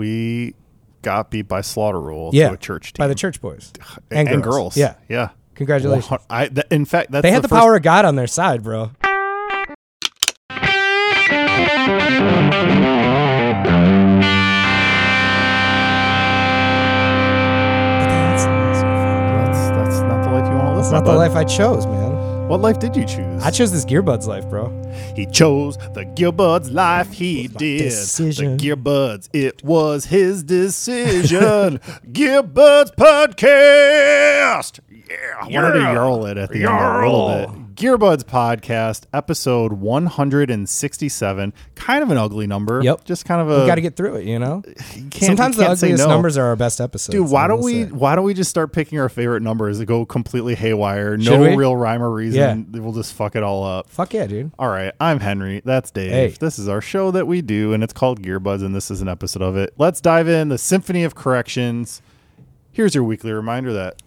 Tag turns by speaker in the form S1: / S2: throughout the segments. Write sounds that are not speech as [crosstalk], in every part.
S1: we got beat by Slaughter Rule
S2: Yeah,
S1: to a church team
S2: by the church boys
S1: [sighs] and, and girls.
S2: Yeah,
S1: yeah.
S2: congratulations.
S1: Well, I, th- in fact, that's
S2: they had the,
S1: the first-
S2: power of God on their side, bro.
S1: That's, that's not the life you want to live.
S2: That's
S1: my
S2: not the
S1: bud.
S2: life I chose, man.
S1: What life did you choose?
S2: I chose this Gearbuds life, bro.
S1: He chose the Gearbuds life he did.
S2: decision.
S1: The Gearbuds, it was his decision. [laughs] Gearbuds podcast. Yeah. I wanted to yarl it at the end there a little bit. Gearbuds podcast, episode 167. Kind of an ugly number.
S2: Yep.
S1: Just kind of
S2: We
S1: a.
S2: got to get through it,
S1: [laughs]
S2: you know.
S1: you can't-
S2: Sometimes
S1: you
S2: the
S1: Uh, can't say no.
S2: ugliest numbers are our best episodes.
S1: Dude,
S2: I
S1: why don't
S2: will
S1: we
S2: say.
S1: why don't we just start picking our favorite numbers that go completely haywire?
S2: Should we?
S1: No real rhyme or reason. We'll just fuck it all up.
S2: Fuck yeah, dude.
S1: All right, I'm Henry. That's Dave.
S2: Hey.
S1: This is our show that we do, and it's called Gearbuds, and this is an episode of it. Let's dive in the Symphony of Corrections. Here's your weekly reminder that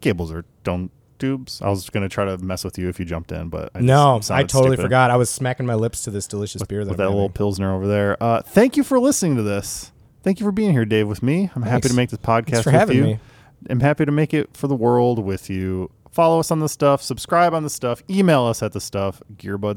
S1: cables are don't tubes. I was going to try to mess with you if you jumped in, but I
S2: No,
S1: just
S2: I
S1: sounded
S2: totally
S1: stupid
S2: forgot. I was smacking my lips to this delicious beer that,
S1: with
S2: I'm
S1: that little
S2: having.
S1: pilsner over there. Uh, thank you for listening to this. Thank you for being here, Dave, with me. I'm happy
S2: Thanks.
S1: to make this podcast
S2: for
S1: with
S2: having
S1: you.
S2: me.
S1: I'm happy to make it for the world with you. Follow us on the stuff, subscribe on the stuff, email us at the stuff,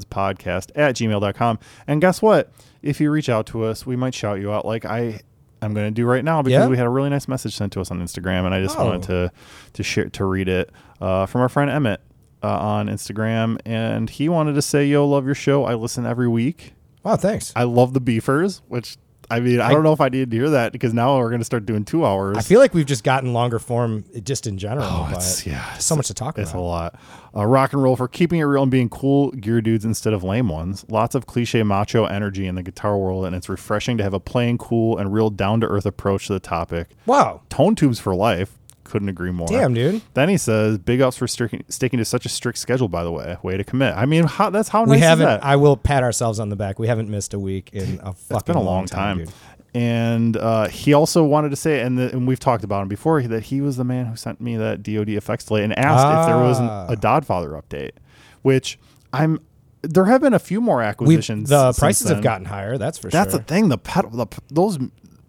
S1: gearbudspodcast at gmail.com. And guess what? If you reach out to us, we might shout you out like I I'm gonna do right now because
S2: Yeah?
S1: we had a really nice message sent to us on Instagram and I just
S2: Oh.
S1: wanted to to share to read it uh, from our friend Emmett uh, on Instagram and he wanted to say, Yo, love your show. I listen every week.
S2: Wow, thanks. I,
S1: I love the beefers, which I mean, I, don't know if I need to hear that because now we're going to start doing two hours.
S2: feel like we've just gotten longer form uh, just in general.
S1: Oh,
S2: but
S1: it's- yeah, it's
S2: so much to talk
S1: it's a
S2: about.
S1: lot. Uh, rock and roll for keeping it real and being cool gear dudes instead of lame ones. Lots of cliche macho energy in the guitar world, and it's refreshing to have a plain, cool, and real down to earth approach to the topic.
S2: Wow.
S1: Tone tubes for life. Couldn't agree more.
S2: Damn, dude.
S1: Then he says, "Big ups for sticking, sticking to such a strict schedule." By the way, way to commit. I mean, how, that's how
S2: We
S1: nice is
S2: haven't.
S1: that?
S2: I will pat ourselves on the back. We haven't missed a week in a fucking.
S1: it's been a long time.
S2: dude.
S1: and uh, he also wanted to say, and, the, and we've talked about him before, that he was the man who sent me that DoD effects delay and asked if there was an,
S2: Ah.
S1: a Dodfather update, which I'm. There have been a few more
S2: We've-
S1: acquisitions.
S2: the
S1: since
S2: prices have
S1: then.
S2: gotten higher. That's for
S1: That's
S2: sure.
S1: the thing. The pedal, the, p- those,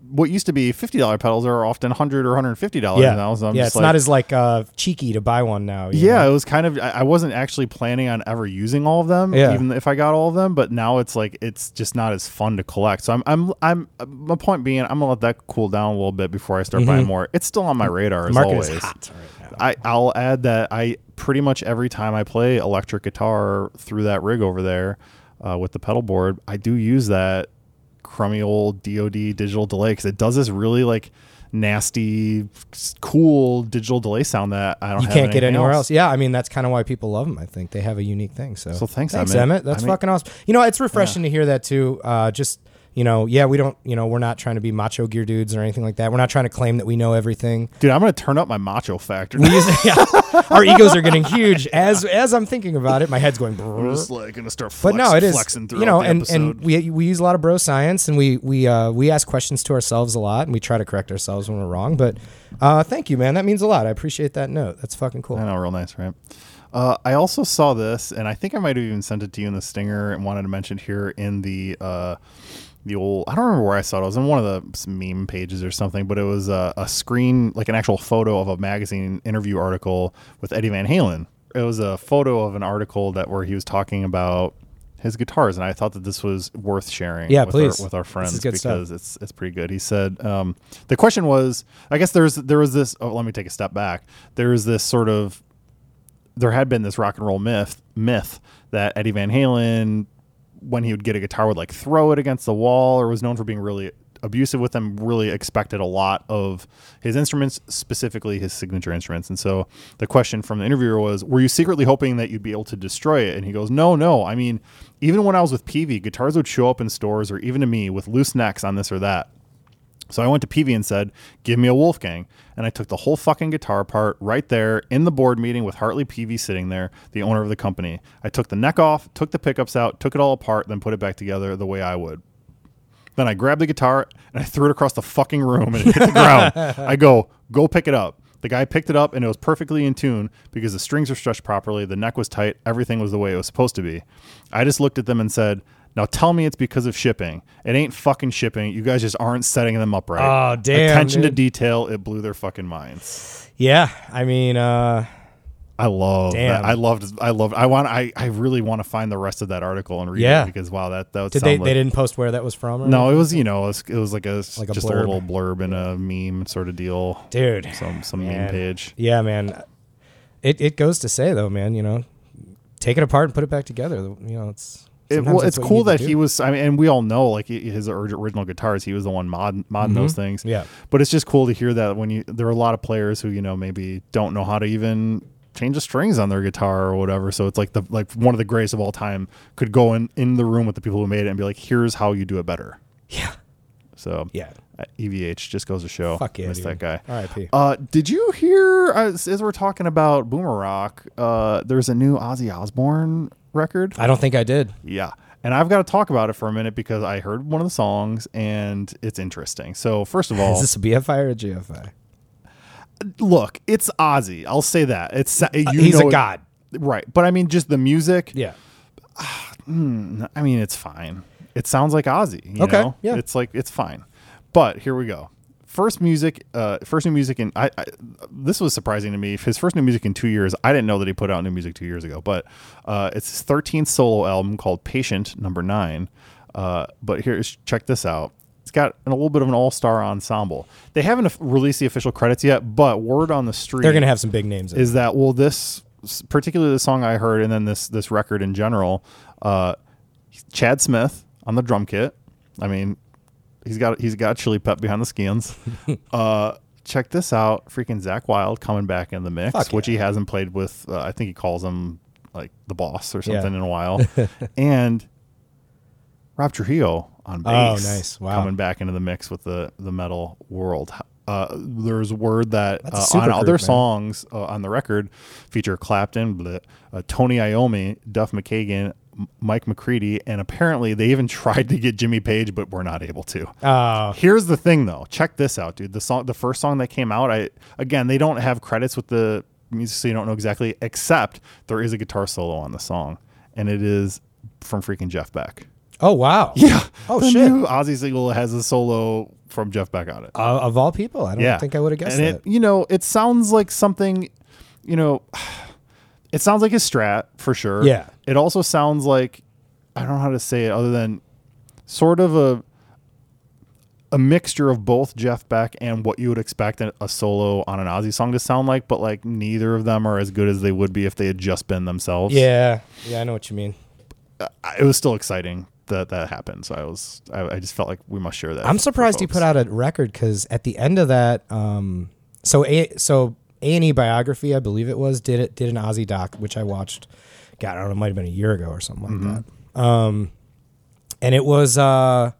S1: what used to be fifty dollar pedals are often hundred or hundred and fifty dollars
S2: yeah,
S1: now. So I'm
S2: yeah.
S1: just
S2: It's
S1: like,
S2: not as like uh, cheeky to buy one now. you
S1: yeah,
S2: know?
S1: it was kind of. I I wasn't actually planning on ever using all of them,
S2: Yeah.
S1: even if I got all of them. But now it's like it's just not as fun to collect. So I'm, I'm, I'm. My point being, I'm gonna let that cool down a little bit before I start buying more. It's still on my radar as
S2: Mm-hmm. market
S1: always.
S2: is hot right now.
S1: I, I'll add that I pretty much every time I play electric guitar through that rig over there uh, with the pedal board, I do use that crummy old DoD digital delay because it does this really like nasty, s- cool digital delay sound that I don't.
S2: You
S1: have
S2: can't get
S1: anything
S2: anywhere else. Yeah, I mean that's kind of why people love them. I think they have a unique thing. So,
S1: So thanks,
S2: thanks
S1: Emmett.
S2: That's
S1: I mean-
S2: fucking awesome. You know, it's refreshing to hear that too. Uh, just you know, yeah, we don't. You know, we're not trying to be macho gear dudes or anything like that. We're not trying to claim that we know everything.
S1: Dude, I'm gonna turn up my macho
S2: [laughs]
S1: factor.
S2: We just- yeah. Our egos are getting huge as as I'm thinking about it. My head's going. brrr.
S1: I'm just like gonna start
S2: but
S1: flex,
S2: no, it is
S1: flexing through
S2: you know,
S1: the
S2: and
S1: episode.
S2: and we we use a lot of bro science, and we we uh, we ask questions to ourselves a lot, and we try to correct ourselves when we're wrong. But uh, thank you, man. That means a lot. I appreciate that note. That's fucking cool.
S1: I know, real nice, right? Uh, I also saw this, and I think I might have even sent it to you in the stinger, and wanted to mention it here in the uh, the old. I don't remember where I saw it. It was on one of the meme pages or something, but it was a, a screen, like an actual photo of a magazine interview article with Eddie Van Halen. It was a photo of an article that where he was talking about his guitars, and I thought that this was worth sharing.
S2: Yeah,
S1: with
S2: please.
S1: Our, with our
S2: This is
S1: friends
S2: good stuff.
S1: because it's it's pretty good. He said um, the question was, I guess there's there was this. Oh, let me take a step back. There was this sort of there had been this rock and roll myth myth that Eddie Van Halen, when he would get a guitar, would like throw it against the wall, or was known for being really abusive with them. Really expected a lot of his instruments, specifically his signature instruments. And so the question from the interviewer was, "Were you secretly hoping that you'd be able to destroy it?" And he goes, "No, no. I mean, even when I was with Peavy, guitars would show up in stores, or even to me, with loose necks on this or that." So I went to PV and said, "Give me a Wolfgang," and I took the whole fucking guitar apart right there in the board meeting with Hartley PV sitting there, the owner of the company. I took the neck off, took the pickups out, took it all apart, then put it back together the way I would. Then I grabbed the guitar and I threw it across the fucking room and it hit the ground.
S2: [laughs]
S1: I go, "Go pick it up." The guy picked it up and it was perfectly in tune because the strings were stretched properly, the neck was tight, everything was the way it was supposed to be. I just looked at them and said, Now tell me it's because of shipping. It ain't fucking shipping. You guys just aren't setting them up right.
S2: Oh, damn,
S1: Attention to
S2: dude.
S1: detail. It blew their fucking minds.
S2: Yeah, I mean, uh,
S1: I love.
S2: Damn.
S1: That. I loved. I loved. I want. I. I really want to find the rest of that article and read
S2: Yeah.
S1: it because wow, that that would
S2: did
S1: sound
S2: they?
S1: like,
S2: they didn't post where that was from? Or
S1: No, it was you know it was, it was like a s-
S2: Like a
S1: just a
S2: blurb.
S1: little blurb and a meme sort of deal.
S2: dude.
S1: Some some
S2: Man.
S1: meme page.
S2: Yeah, man. It it goes to say though, man. You know, take it apart and put it back together. You know, it's
S1: It,
S2: sometimes
S1: well,
S2: that's
S1: it's
S2: what you
S1: cool
S2: need
S1: that
S2: to do.
S1: he was. I mean, and we all know like i- his orig- original guitars. He was the one mod modding those things.
S2: Mm-hmm. Yeah.
S1: but it's just cool to hear that when you there are a lot of players who you know maybe don't know how to even change the strings on their guitar or whatever. So it's like the like one of the greatest of all time could go in in the room with the people who made it and be like, here's how you do it better.
S2: Yeah.
S1: So
S2: Yeah.
S1: uh, EVH just goes to show.
S2: Fuck yeah,
S1: miss
S2: dude.
S1: that guy.
S2: R.I.P.
S1: Uh, did you hear uh, as, as we're talking about Boomer Rock? Uh, there's a new Ozzy Osbourne record.
S2: I don't think I did.
S1: Yeah. And I've got to talk about it for a minute because I heard one of the songs and it's interesting. So, first of all,
S2: [laughs] Is this a BFI or a GFI?
S1: look, it's Ozzy. I'll say that. It's you
S2: Uh, He's
S1: know
S2: a
S1: it-
S2: god.
S1: Right. But I mean just the music.
S2: Yeah.
S1: I mean it's fine. It sounds like Ozzy, you
S2: Okay,
S1: know?
S2: yeah.
S1: It's like it's fine. But here we go. First music, uh, first new music in I, I. This was surprising to me. His first new music in two years. I didn't know that he put out new music two years ago, but uh, it's his thirteenth solo album called Patient Number Nine. Uh, but here's check this out. It's got a little bit of an all-star ensemble. They haven't released the official credits yet, but word on the street
S2: They're gonna have some big names. in it.
S1: is that well this particularly the song I heard and then this this record in general uh Chad Smith on the drum kit I mean he's got he's got chili pep behind the
S2: [laughs]
S1: skins uh check this out freaking Zach Wild coming back in the mix
S2: Fuck
S1: which he hasn't played with uh, I think he calls him like the boss or something in a
S2: [laughs]
S1: while and Rob Trujillo on bass
S2: Oh, nice. Wow.
S1: coming back into the mix with the the metal world uh, there's word that
S2: a
S1: uh,
S2: super
S1: on
S2: group,
S1: other
S2: man.
S1: songs uh, on the record feature Clapton, bleh, uh, Tony Iommi, Duff McKagan, M- Mike McCready, and apparently they even [laughs] tried to get Jimmy Page, but were not able to.
S2: Oh,
S1: Here's the thing, though. Check this out, dude. The song, the first song that came out. I again, they don't have credits with the music, so you don't know exactly. Except there is a guitar solo on the song, and it is from freaking Jeff Beck.
S2: oh wow.
S1: [laughs] Yeah.
S2: Oh,
S1: the
S2: shit.
S1: New Ozzy single has a solo from Jeff Beck on it.
S2: Uh, of all people, I don't think I would have guessed
S1: And
S2: that.
S1: It, you know, it sounds like something, you know, [sighs] it sounds like a strat for sure.
S2: Yeah.
S1: It also sounds like I don't know how to say it other than sort of a a mixture of both Jeff Beck and what you would expect a a solo on an Ozzy song to sound like, but like neither of them are as good as they would be if they had just been themselves.
S2: yeah. Yeah, I know what you mean.
S1: I- it was still exciting that that happened. So I was, I, I just felt like we must share that.
S2: I'm
S1: for
S2: surprised he
S1: folks.
S2: put out a record because at the end of that, um, so a so A and E biography, I believe it was, did it did an Ozzy doc, which I watched. God, I don't know, it might have been a year ago or something like
S1: Mm-hmm.
S2: that. Um, and it was uh,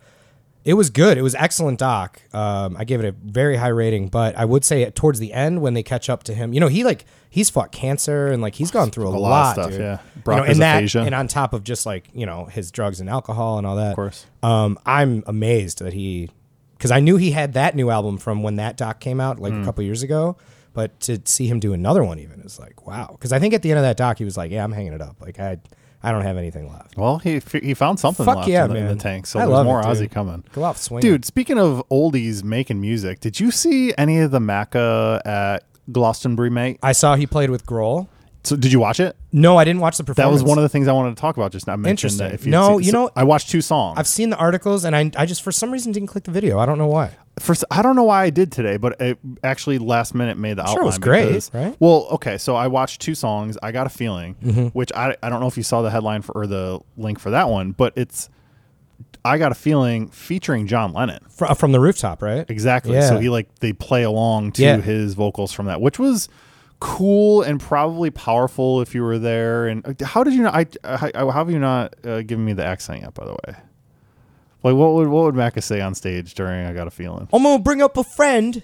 S2: it was good. It was excellent doc. Um, I gave it a very high rating, but I would say at, towards the end when they catch up to him, you know, he like he's fought cancer and like
S1: [sighs]
S2: he's gone through a,
S1: lot of
S2: lot,
S1: stuff,
S2: dude.
S1: yeah.
S2: you know,
S1: Broca's
S2: and that,
S1: aphasia.
S2: and on top of just like you know his drugs and alcohol and all that. Of
S1: course.
S2: Um, I'm amazed that he, because I knew he had that new album from when that doc came out like
S1: Mm.
S2: a couple years ago, but to see him do another one even is like wow. Because I think at the end of that doc he was like, yeah, I'm hanging it up. Like I, I don't have anything left.
S1: Well, he f- he found something
S2: Fuck
S1: left
S2: yeah,
S1: in, the, in
S2: man.
S1: the tank, so
S2: I
S1: there's
S2: love
S1: more
S2: it,
S1: Ozzy
S2: dude.
S1: coming.
S2: Go off swinging,
S1: Dude, speaking of oldies making music, did you see any of the Maca at Glastonbury, mate?
S2: I saw he played with Grohl.
S1: So, did you watch it?
S2: No, I didn't watch the
S1: That
S2: performance.
S1: was one of the things I wanted to talk about just now. I mentioned
S2: Interesting.
S1: That if you'd
S2: No,
S1: seen-
S2: you know-
S1: I watched two songs.
S2: I've seen the articles, and I, I just for some reason didn't click the video. I don't know why.
S1: First, I don't know why I did today, but it actually last minute made the outline.
S2: it was great,
S1: because-
S2: right? Mm-hmm.
S1: Well, okay, so I watched two songs. I got a feeling, which I I don't know if you saw the headline for or the link for that one, but it's I got a feeling featuring John Lennon.
S2: Fr- uh, from the rooftop, right?
S1: Exactly.
S2: Yeah.
S1: So he like they play along to
S2: Yeah.
S1: his vocals from that, which was cool and probably powerful if you were there. And uh, how did you not? I, I how have you not uh, given me the accent yet? By the way, like what would what would Macca say on stage during "I Got a Feeling"?
S2: I'm gonna bring up a friend.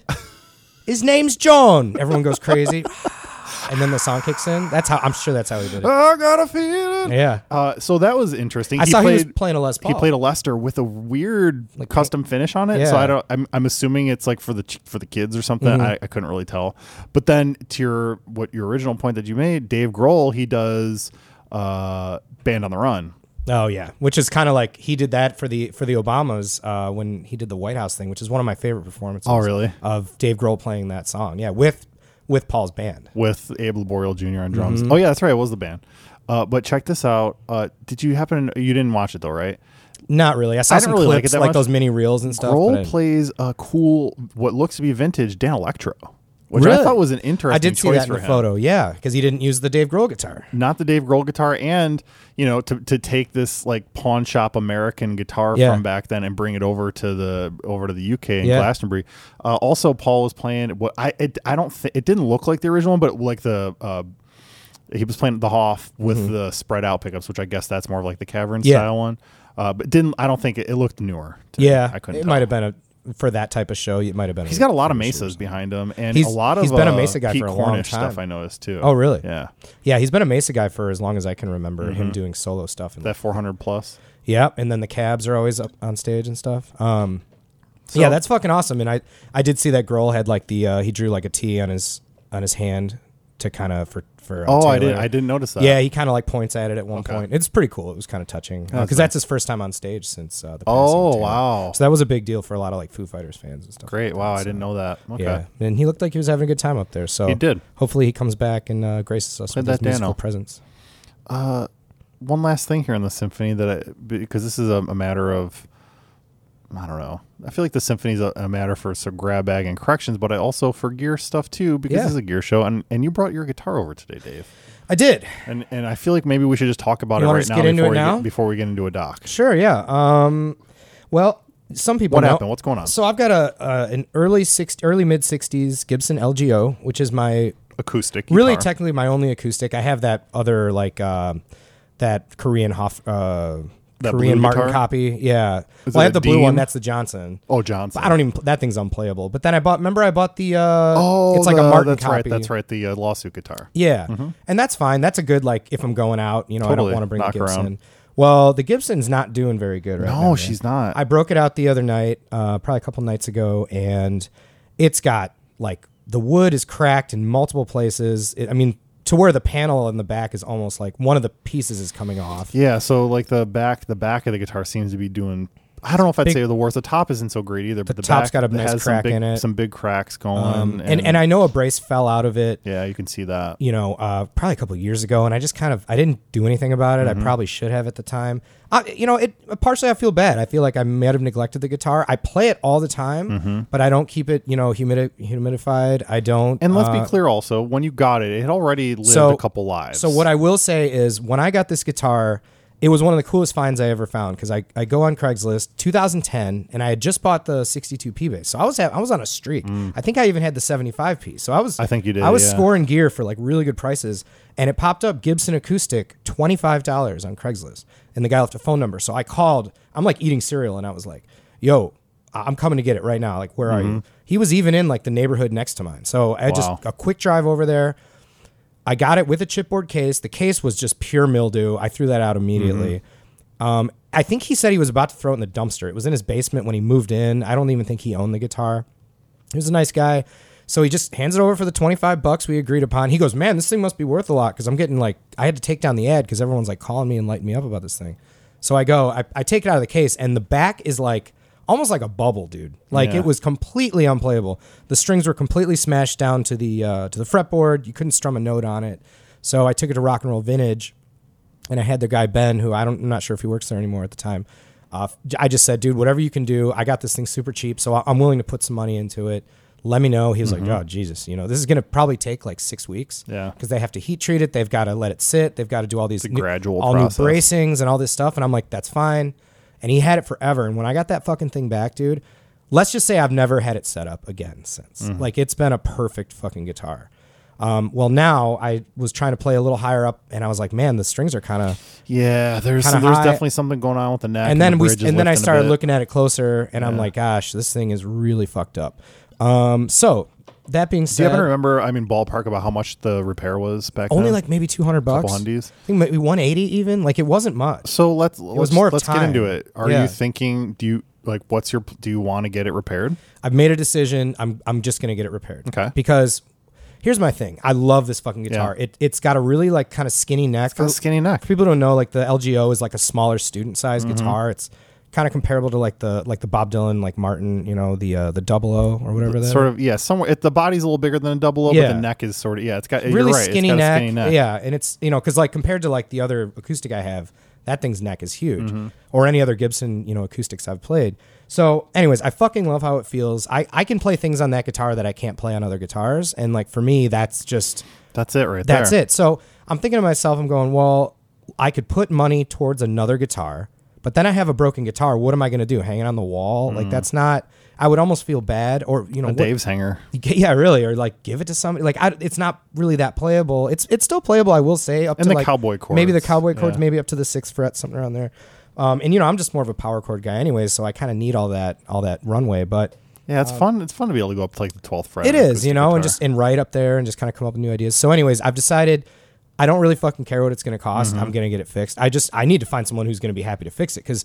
S2: His name's John. Everyone goes crazy, [sighs] and then the song kicks in. That's how I'm sure that's how he did it.
S1: I got a feeling.
S2: Yeah,
S1: Uh, so that was interesting.
S2: I saw he was playing a Les Paul.
S1: He played a Lester with a weird custom finish on it. So
S2: Yeah. Mm-hmm.
S1: I don't. I'm, I'm assuming it's like for the ch- for the kids or something. I, I couldn't really tell. But then to your what your original point that you made, Dave Grohl, he does uh, Band on the Run.
S2: Oh yeah, which is kind of like he did that for the for the Obamas uh, when he did the White House thing, which is one of my favorite performances.
S1: Oh, really?
S2: Of Dave Grohl playing that song, yeah, with with Paul's band.
S1: with Abel Boreal Jr. on drums.
S2: Mm-hmm.
S1: Oh yeah, that's right. It was the band. Uh, but check this out. Uh, did you happen? You didn't watch it though, right?
S2: Not really. I saw
S1: I didn't
S2: some
S1: really like
S2: clips,
S1: it that
S2: like,
S1: much.
S2: those mini reels and stuff. but I
S1: Grohl
S2: didn't-
S1: plays a cool, what looks to be vintage Dan Electro, which I
S2: Really?
S1: thought was an interesting
S2: I did see
S1: choice
S2: that in
S1: for
S2: the
S1: him.
S2: photo, yeah, because he didn't use the Dave Grohl guitar.
S1: Not the Dave Grohl guitar, and you know, to, to take this like pawn shop American guitar
S2: Yeah.
S1: from back then and bring it over to the over to the UK and
S2: Yeah.
S1: Glastonbury. Uh, also, Paul was playing what I it, I don't thi- it didn't look like the original one, but like the uh, he was playing the Hoff with the spread out pickups, which I guess that's more of like the cavern
S2: Mm-hmm. Yeah.
S1: style one. Uh, but didn't I don't think it, it looked newer. to me.
S2: Yeah,
S1: I couldn't.
S2: It
S1: tell.
S2: might have been a for that type of show. It might have been.
S1: He's got a lot of mesas behind him, and
S2: He's-
S1: a lot of
S2: he's been a
S1: uh,
S2: Mesa guy
S1: Pete
S2: for a long
S1: Cornish
S2: time.
S1: stuff. I noticed too.
S2: Oh, really?
S1: Yeah,
S2: Yeah, he's been a Mesa guy for as long as I can remember him doing solo stuff. And,
S1: Mm-hmm. that 400 plus.
S2: yeah, and then the Cabs are always up on stage and stuff. Um,
S1: So-
S2: yeah, that's fucking awesome. And I I did see that Grohl had like the uh, he drew like a T on his on his hand to kind of for for. Uh,
S1: Oh, I
S2: Taylor.
S1: didn't. I didn't notice that.
S2: Yeah, he kind of like points at it at one point. It's pretty cool. It was kind of touching because that's, his first time on stage since uh, the. passing of
S1: Oh,
S2: Taylor.
S1: wow.
S2: So that was a big deal for a lot of like Foo Fighters fans and stuff.
S1: Great. Wow, I didn't know that. Okay.
S2: Yeah, and he looked like he was having a good time up there. So
S1: He did.
S2: Hopefully, he comes back and uh, graces us with
S1: that
S2: his musical
S1: Dano.
S2: presence.
S1: One last thing here in the symphony that I, because this is a, a matter of I don't know. I feel like the symphony's a, a matter for some grab bag and corrections, but I also for gear stuff too because
S2: Yeah.
S1: this is a gear show and and you brought your guitar over today, Dave.
S2: I did.
S1: And and I feel like maybe we should just talk about
S2: You
S1: it
S2: wanna
S1: right
S2: just
S1: now
S2: get into
S1: before
S2: it
S1: we
S2: now?
S1: get before we get into a doc.
S2: Sure. Yeah. Um. Well, some people.
S1: What
S2: know-
S1: happened? What's going on?
S2: So I've got a uh, an early six, early mid '60s Gibson LGO, which is my
S1: Acoustic.
S2: really
S1: guitar.
S2: technically my only acoustic. I have that other like um that Korean Hoff, uh,
S1: That
S2: Korean
S1: blue
S2: Martin
S1: guitar?
S2: copy. Yeah.
S1: Is
S2: well, I
S1: it
S2: have
S1: a
S2: the blue one.
S1: Dean?
S2: That's the Johnson.
S1: Oh, Johnson.
S2: I don't e- even. That thing's unplayable. But then I bought. Remember, I bought the. Uh,
S1: Oh,
S2: it's like
S1: the-
S2: a Martin
S1: that's
S2: copy.
S1: right. That's right. The uh, lawsuit guitar.
S2: Yeah, and that's fine. That's a good like if I'm going out, you know, I
S1: Mm-hmm. Totally.
S2: don't want to bring
S1: Knock
S2: the
S1: around.
S2: Gibson. Well, the Gibson's not doing very good right now.
S1: No,
S2: man.
S1: she's not.
S2: I broke it out the other night, uh, probably a couple nights ago, and it's got like the wood is cracked in multiple places. It, I mean, to where the panel in the back is almost like one of the pieces is coming off.
S1: yeah. So like the back, the back of the guitar seems to be doing. I don't know if I'd say the worst. The top isn't so great either. but the
S2: top's
S1: back
S2: got a nice
S1: has some
S2: crack
S1: big-
S2: in it. Um,
S1: Some big cracks going.
S2: And and I know a brace fell out of it.
S1: yeah, you can see that.
S2: you know, uh, probably a couple of years ago, and I just kind of I didn't do anything about it.
S1: Mm-hmm.
S2: I probably should have at the time. I, you know, it partially I feel bad. I feel like I may have neglected the guitar. I play it all the time,
S1: Mm-hmm.
S2: but I don't keep it, you know, humidi- humidified. I don't.
S1: And let's
S2: uh,
S1: be clear, also, when you got it, it had already lived a couple lives.
S2: so what I will say is, when I got this guitar, it was one of the coolest finds I ever found because I, I go on Craigslist 2010, and I had just bought the 62 P bass, so I was ha- I was on a streak.
S1: Mm.
S2: I think I even had the 75 P, so I was
S1: I think you did,
S2: I was
S1: yeah.
S2: scoring gear for like really good prices, and it popped up Gibson acoustic twenty five dollars on Craigslist, and the guy left a phone number, so I called. I'm like eating cereal, and I was like, "Yo." I- I'm coming to get it right now. Like, where are you? He was even in like the neighborhood next to mine. So I just
S1: Mm-hmm. Wow.
S2: a quick drive over there. I got it with a chipboard case. The case was just pure mildew. I threw that out immediately.
S1: Mm-hmm.
S2: Um, I think he said he was about to throw it in the dumpster. It was in his basement when he moved in. I don't even think he owned the guitar. He was a nice guy. So he just hands it over for the 25 bucks we agreed upon. He goes, Man, this thing must be worth a lot because I'm getting like, I had to take down the ad because everyone's like calling me and lighting me up about this thing. So I go, I, I take it out of the case, and the back is like almost like a bubble, dude. Like
S1: Yeah.
S2: it was completely unplayable. The strings were completely smashed down to the uh, to the fretboard. You couldn't strum a note on it. So I took it to Rock and Roll Vintage and I had the guy Ben, who I don't, I'm not sure if he works there anymore at the time. Uh, I just said, dude, whatever you can do, I got this thing super cheap, so I- I'm willing to put some money into it. Let me know. He was like, oh Jesus, you know, this is gonna probably take like six weeks,
S1: Yeah.
S2: because they have to heat treat it, they've got to let it sit, they've got to do all these
S1: a gradual
S2: all
S1: process.
S2: new bracings and all this stuff, and I'm like, that's fine. And he had it forever, and when I got that fucking thing back, dude, let's just say I've never had it set up again since.
S1: Mm-hmm.
S2: Like it's been a perfect fucking guitar. Um, well, now I was trying to play a little higher up, and I was like, man, the strings are kind of
S1: yeah, there's
S2: Kinda
S1: there's
S2: high.
S1: definitely something going on with the neck.
S2: and then
S1: the
S2: we
S1: bridge is
S2: and then I
S1: lifting a
S2: started
S1: bit.
S2: looking at it closer, and I'm like, gosh, this thing is really fucked up. Um, so that being
S1: Do you happen to
S2: said,
S1: remember? I mean, ballpark about how much the repair was back
S2: only
S1: then?
S2: like maybe 200 bucks. I
S1: hundies.
S2: think maybe 180 even. Like it wasn't much.
S1: So let's let's,
S2: more of
S1: let's get into
S2: time.
S1: it. Are
S2: Yeah.
S1: you thinking? Do you like? What's your? Do you want to get it repaired?
S2: I've made a decision. I'm I'm just gonna get it repaired.
S1: Okay.
S2: Because Here's my thing. I love this fucking guitar. It it's got a really like kind of skinny neck.
S1: Got a skinny neck. Mm-hmm.
S2: If people don't know, like the LGO is like a smaller student size guitar. It's kind of comparable to like the like the Bob Dylan, like Martin, you know, the uh, the double O or whatever. That
S1: Sort of, yeah. Somewhere, it, the body's a little bigger than a double O, but
S2: Yeah.
S1: the neck is sort of, yeah. It's got you're
S2: really
S1: right,
S2: skinny,
S1: it's got
S2: neck.
S1: A skinny neck.
S2: Yeah, and it's you know because like compared to like the other acoustic I have, that thing's neck is huge,
S1: Mm-hmm.
S2: or any other Gibson you know acoustics I've played. So, anyways, I fucking love how it feels. I I can play things on that guitar that I can't play on other guitars, and like for me, that's just
S1: That's it, right
S2: that's
S1: there.
S2: it. So I'm thinking to myself, I'm going, well, I could put money towards another guitar, but then I have a broken guitar. What am I going to do? Hang it on the wall?
S1: Mm.
S2: Like that's not. I would almost feel bad, or you know, what-
S1: Dave's hanger.
S2: yeah, really, or like give it to somebody. Like, I, it's not really that playable. It's it's still playable, I will say, up
S1: And
S2: to
S1: the
S2: like
S1: cowboy
S2: maybe the
S1: chords,
S2: cowboy chords,
S1: yeah.
S2: maybe up to the sixth fret, something around there. Um, and you know, I'm just more of a power chord guy, anyways, so I kind of need all that all that runway. But
S1: Yeah, it's fun. It's fun to be able to go up to like the twelfth fret.
S2: Uh, it
S1: on an
S2: is, you
S1: acoustic
S2: know, and
S1: guitar.
S2: just and right up there and just kind of come up with new ideas. So, anyways, I've decided I don't really fucking care what it's going to cost.
S1: Mm-hmm.
S2: I'm going to get it fixed. I just I need to find someone who's going to be happy to fix it because,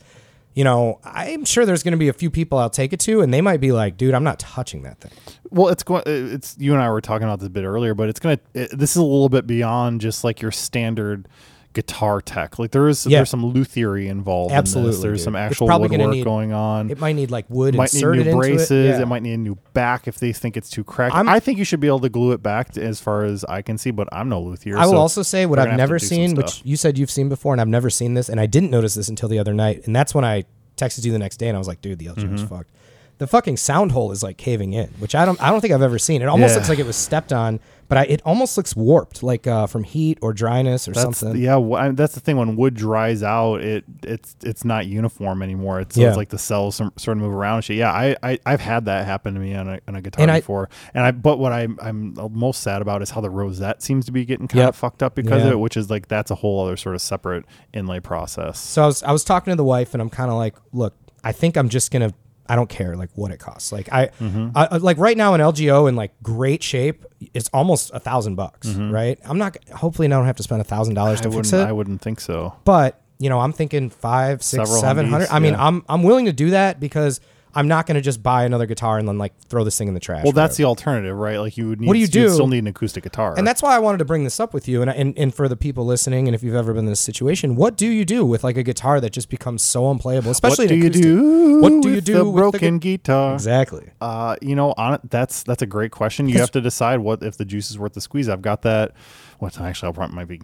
S2: you know, I'm sure there's going to be a few people I'll take it to, and they might be like, dude, I'm not touching that thing.
S1: well, it's going. It's you and I were talking about this a bit earlier, but it's gonna. It, this is a little bit beyond just like your standard guitar tech. Like there is
S2: Yeah.
S1: there's some luthiery involved. in
S2: Absolutely,
S1: this. there's
S2: dude.
S1: some
S2: It's
S1: actual
S2: probably gonna
S1: woodwork
S2: need-
S1: going on.
S2: It might need like wood
S1: might need
S2: inserted
S1: new
S2: into
S1: braces.
S2: it. Yeah.
S1: might need a new back if they think it's too cracked.
S2: I'm-
S1: I think you should be able to glue it back to, as far as I can see, but I'm no luthier.
S2: I will
S1: so
S2: also say what
S1: we're
S2: I've
S1: gonna have to
S2: never
S1: do some
S2: seen,
S1: stuff.
S2: which you said you've seen before, and I've never seen this, and I didn't notice this until the other night, and that's when I texted you the next day, and I was like, "Dude, the LGO is
S1: Mm-hmm.
S2: fucked." The fucking sound hole is like caving in, which I don't, I don't think I've ever seen. It almost
S1: Yeah.
S2: looks like it was stepped on, but I, it almost looks warped, like uh, from heat or dryness or
S1: That's
S2: something.
S1: yeah. wh- I- that's the thing. When wood dries out, it it's it's not uniform anymore. It's, so
S2: Yeah.
S1: it's like the cells some, sort of move around and shit. Yeah, I, I I've had that happen to me on a, on a guitar
S2: And I-
S1: before. and I but what I'm I'm most sad about is how the rosette seems to be getting kind
S2: Yep.
S1: of fucked up because
S2: Yeah.
S1: of it, which is like that's a whole other sort of separate inlay process.
S2: So I was I was talking to the wife and I'm kind of like, look, I think I'm just gonna I don't care like what it costs. Like I,
S1: Mm-hmm.
S2: I I- like right now an LGO in like great shape, it's almost a thousand bucks, right? I'm not hopefully I don't have to spend a thousand dollars
S1: Mm-hmm. I
S2: to fix
S1: wouldn't
S2: it,
S1: I wouldn't think so.
S2: but you know I'm thinking five, six,
S1: Several
S2: seven hundred.
S1: hundies,
S2: I mean
S1: yeah.
S2: I'm I'm willing to do that because I'm not gonna just buy another guitar and then like throw this thing in the trash.
S1: Well,
S2: or
S1: that's the alternative, right? Like you would need.
S2: do you
S1: you'd
S2: do?
S1: Still need an acoustic guitar.
S2: and that's why I wanted to bring this up with you, and, and and for the people listening, and if you've ever been in this situation, what do you do with like a guitar that just becomes so unplayable? Especially
S1: what do
S2: an
S1: you
S2: acoustic?
S1: do?
S2: What do you
S1: with
S2: do
S1: the
S2: with the
S1: broken guitar?
S2: Exactly.
S1: Uh, you know, on that's that's a great question. You have to decide what if the juice is worth the squeeze. I've got that. What actually, I'll probably might be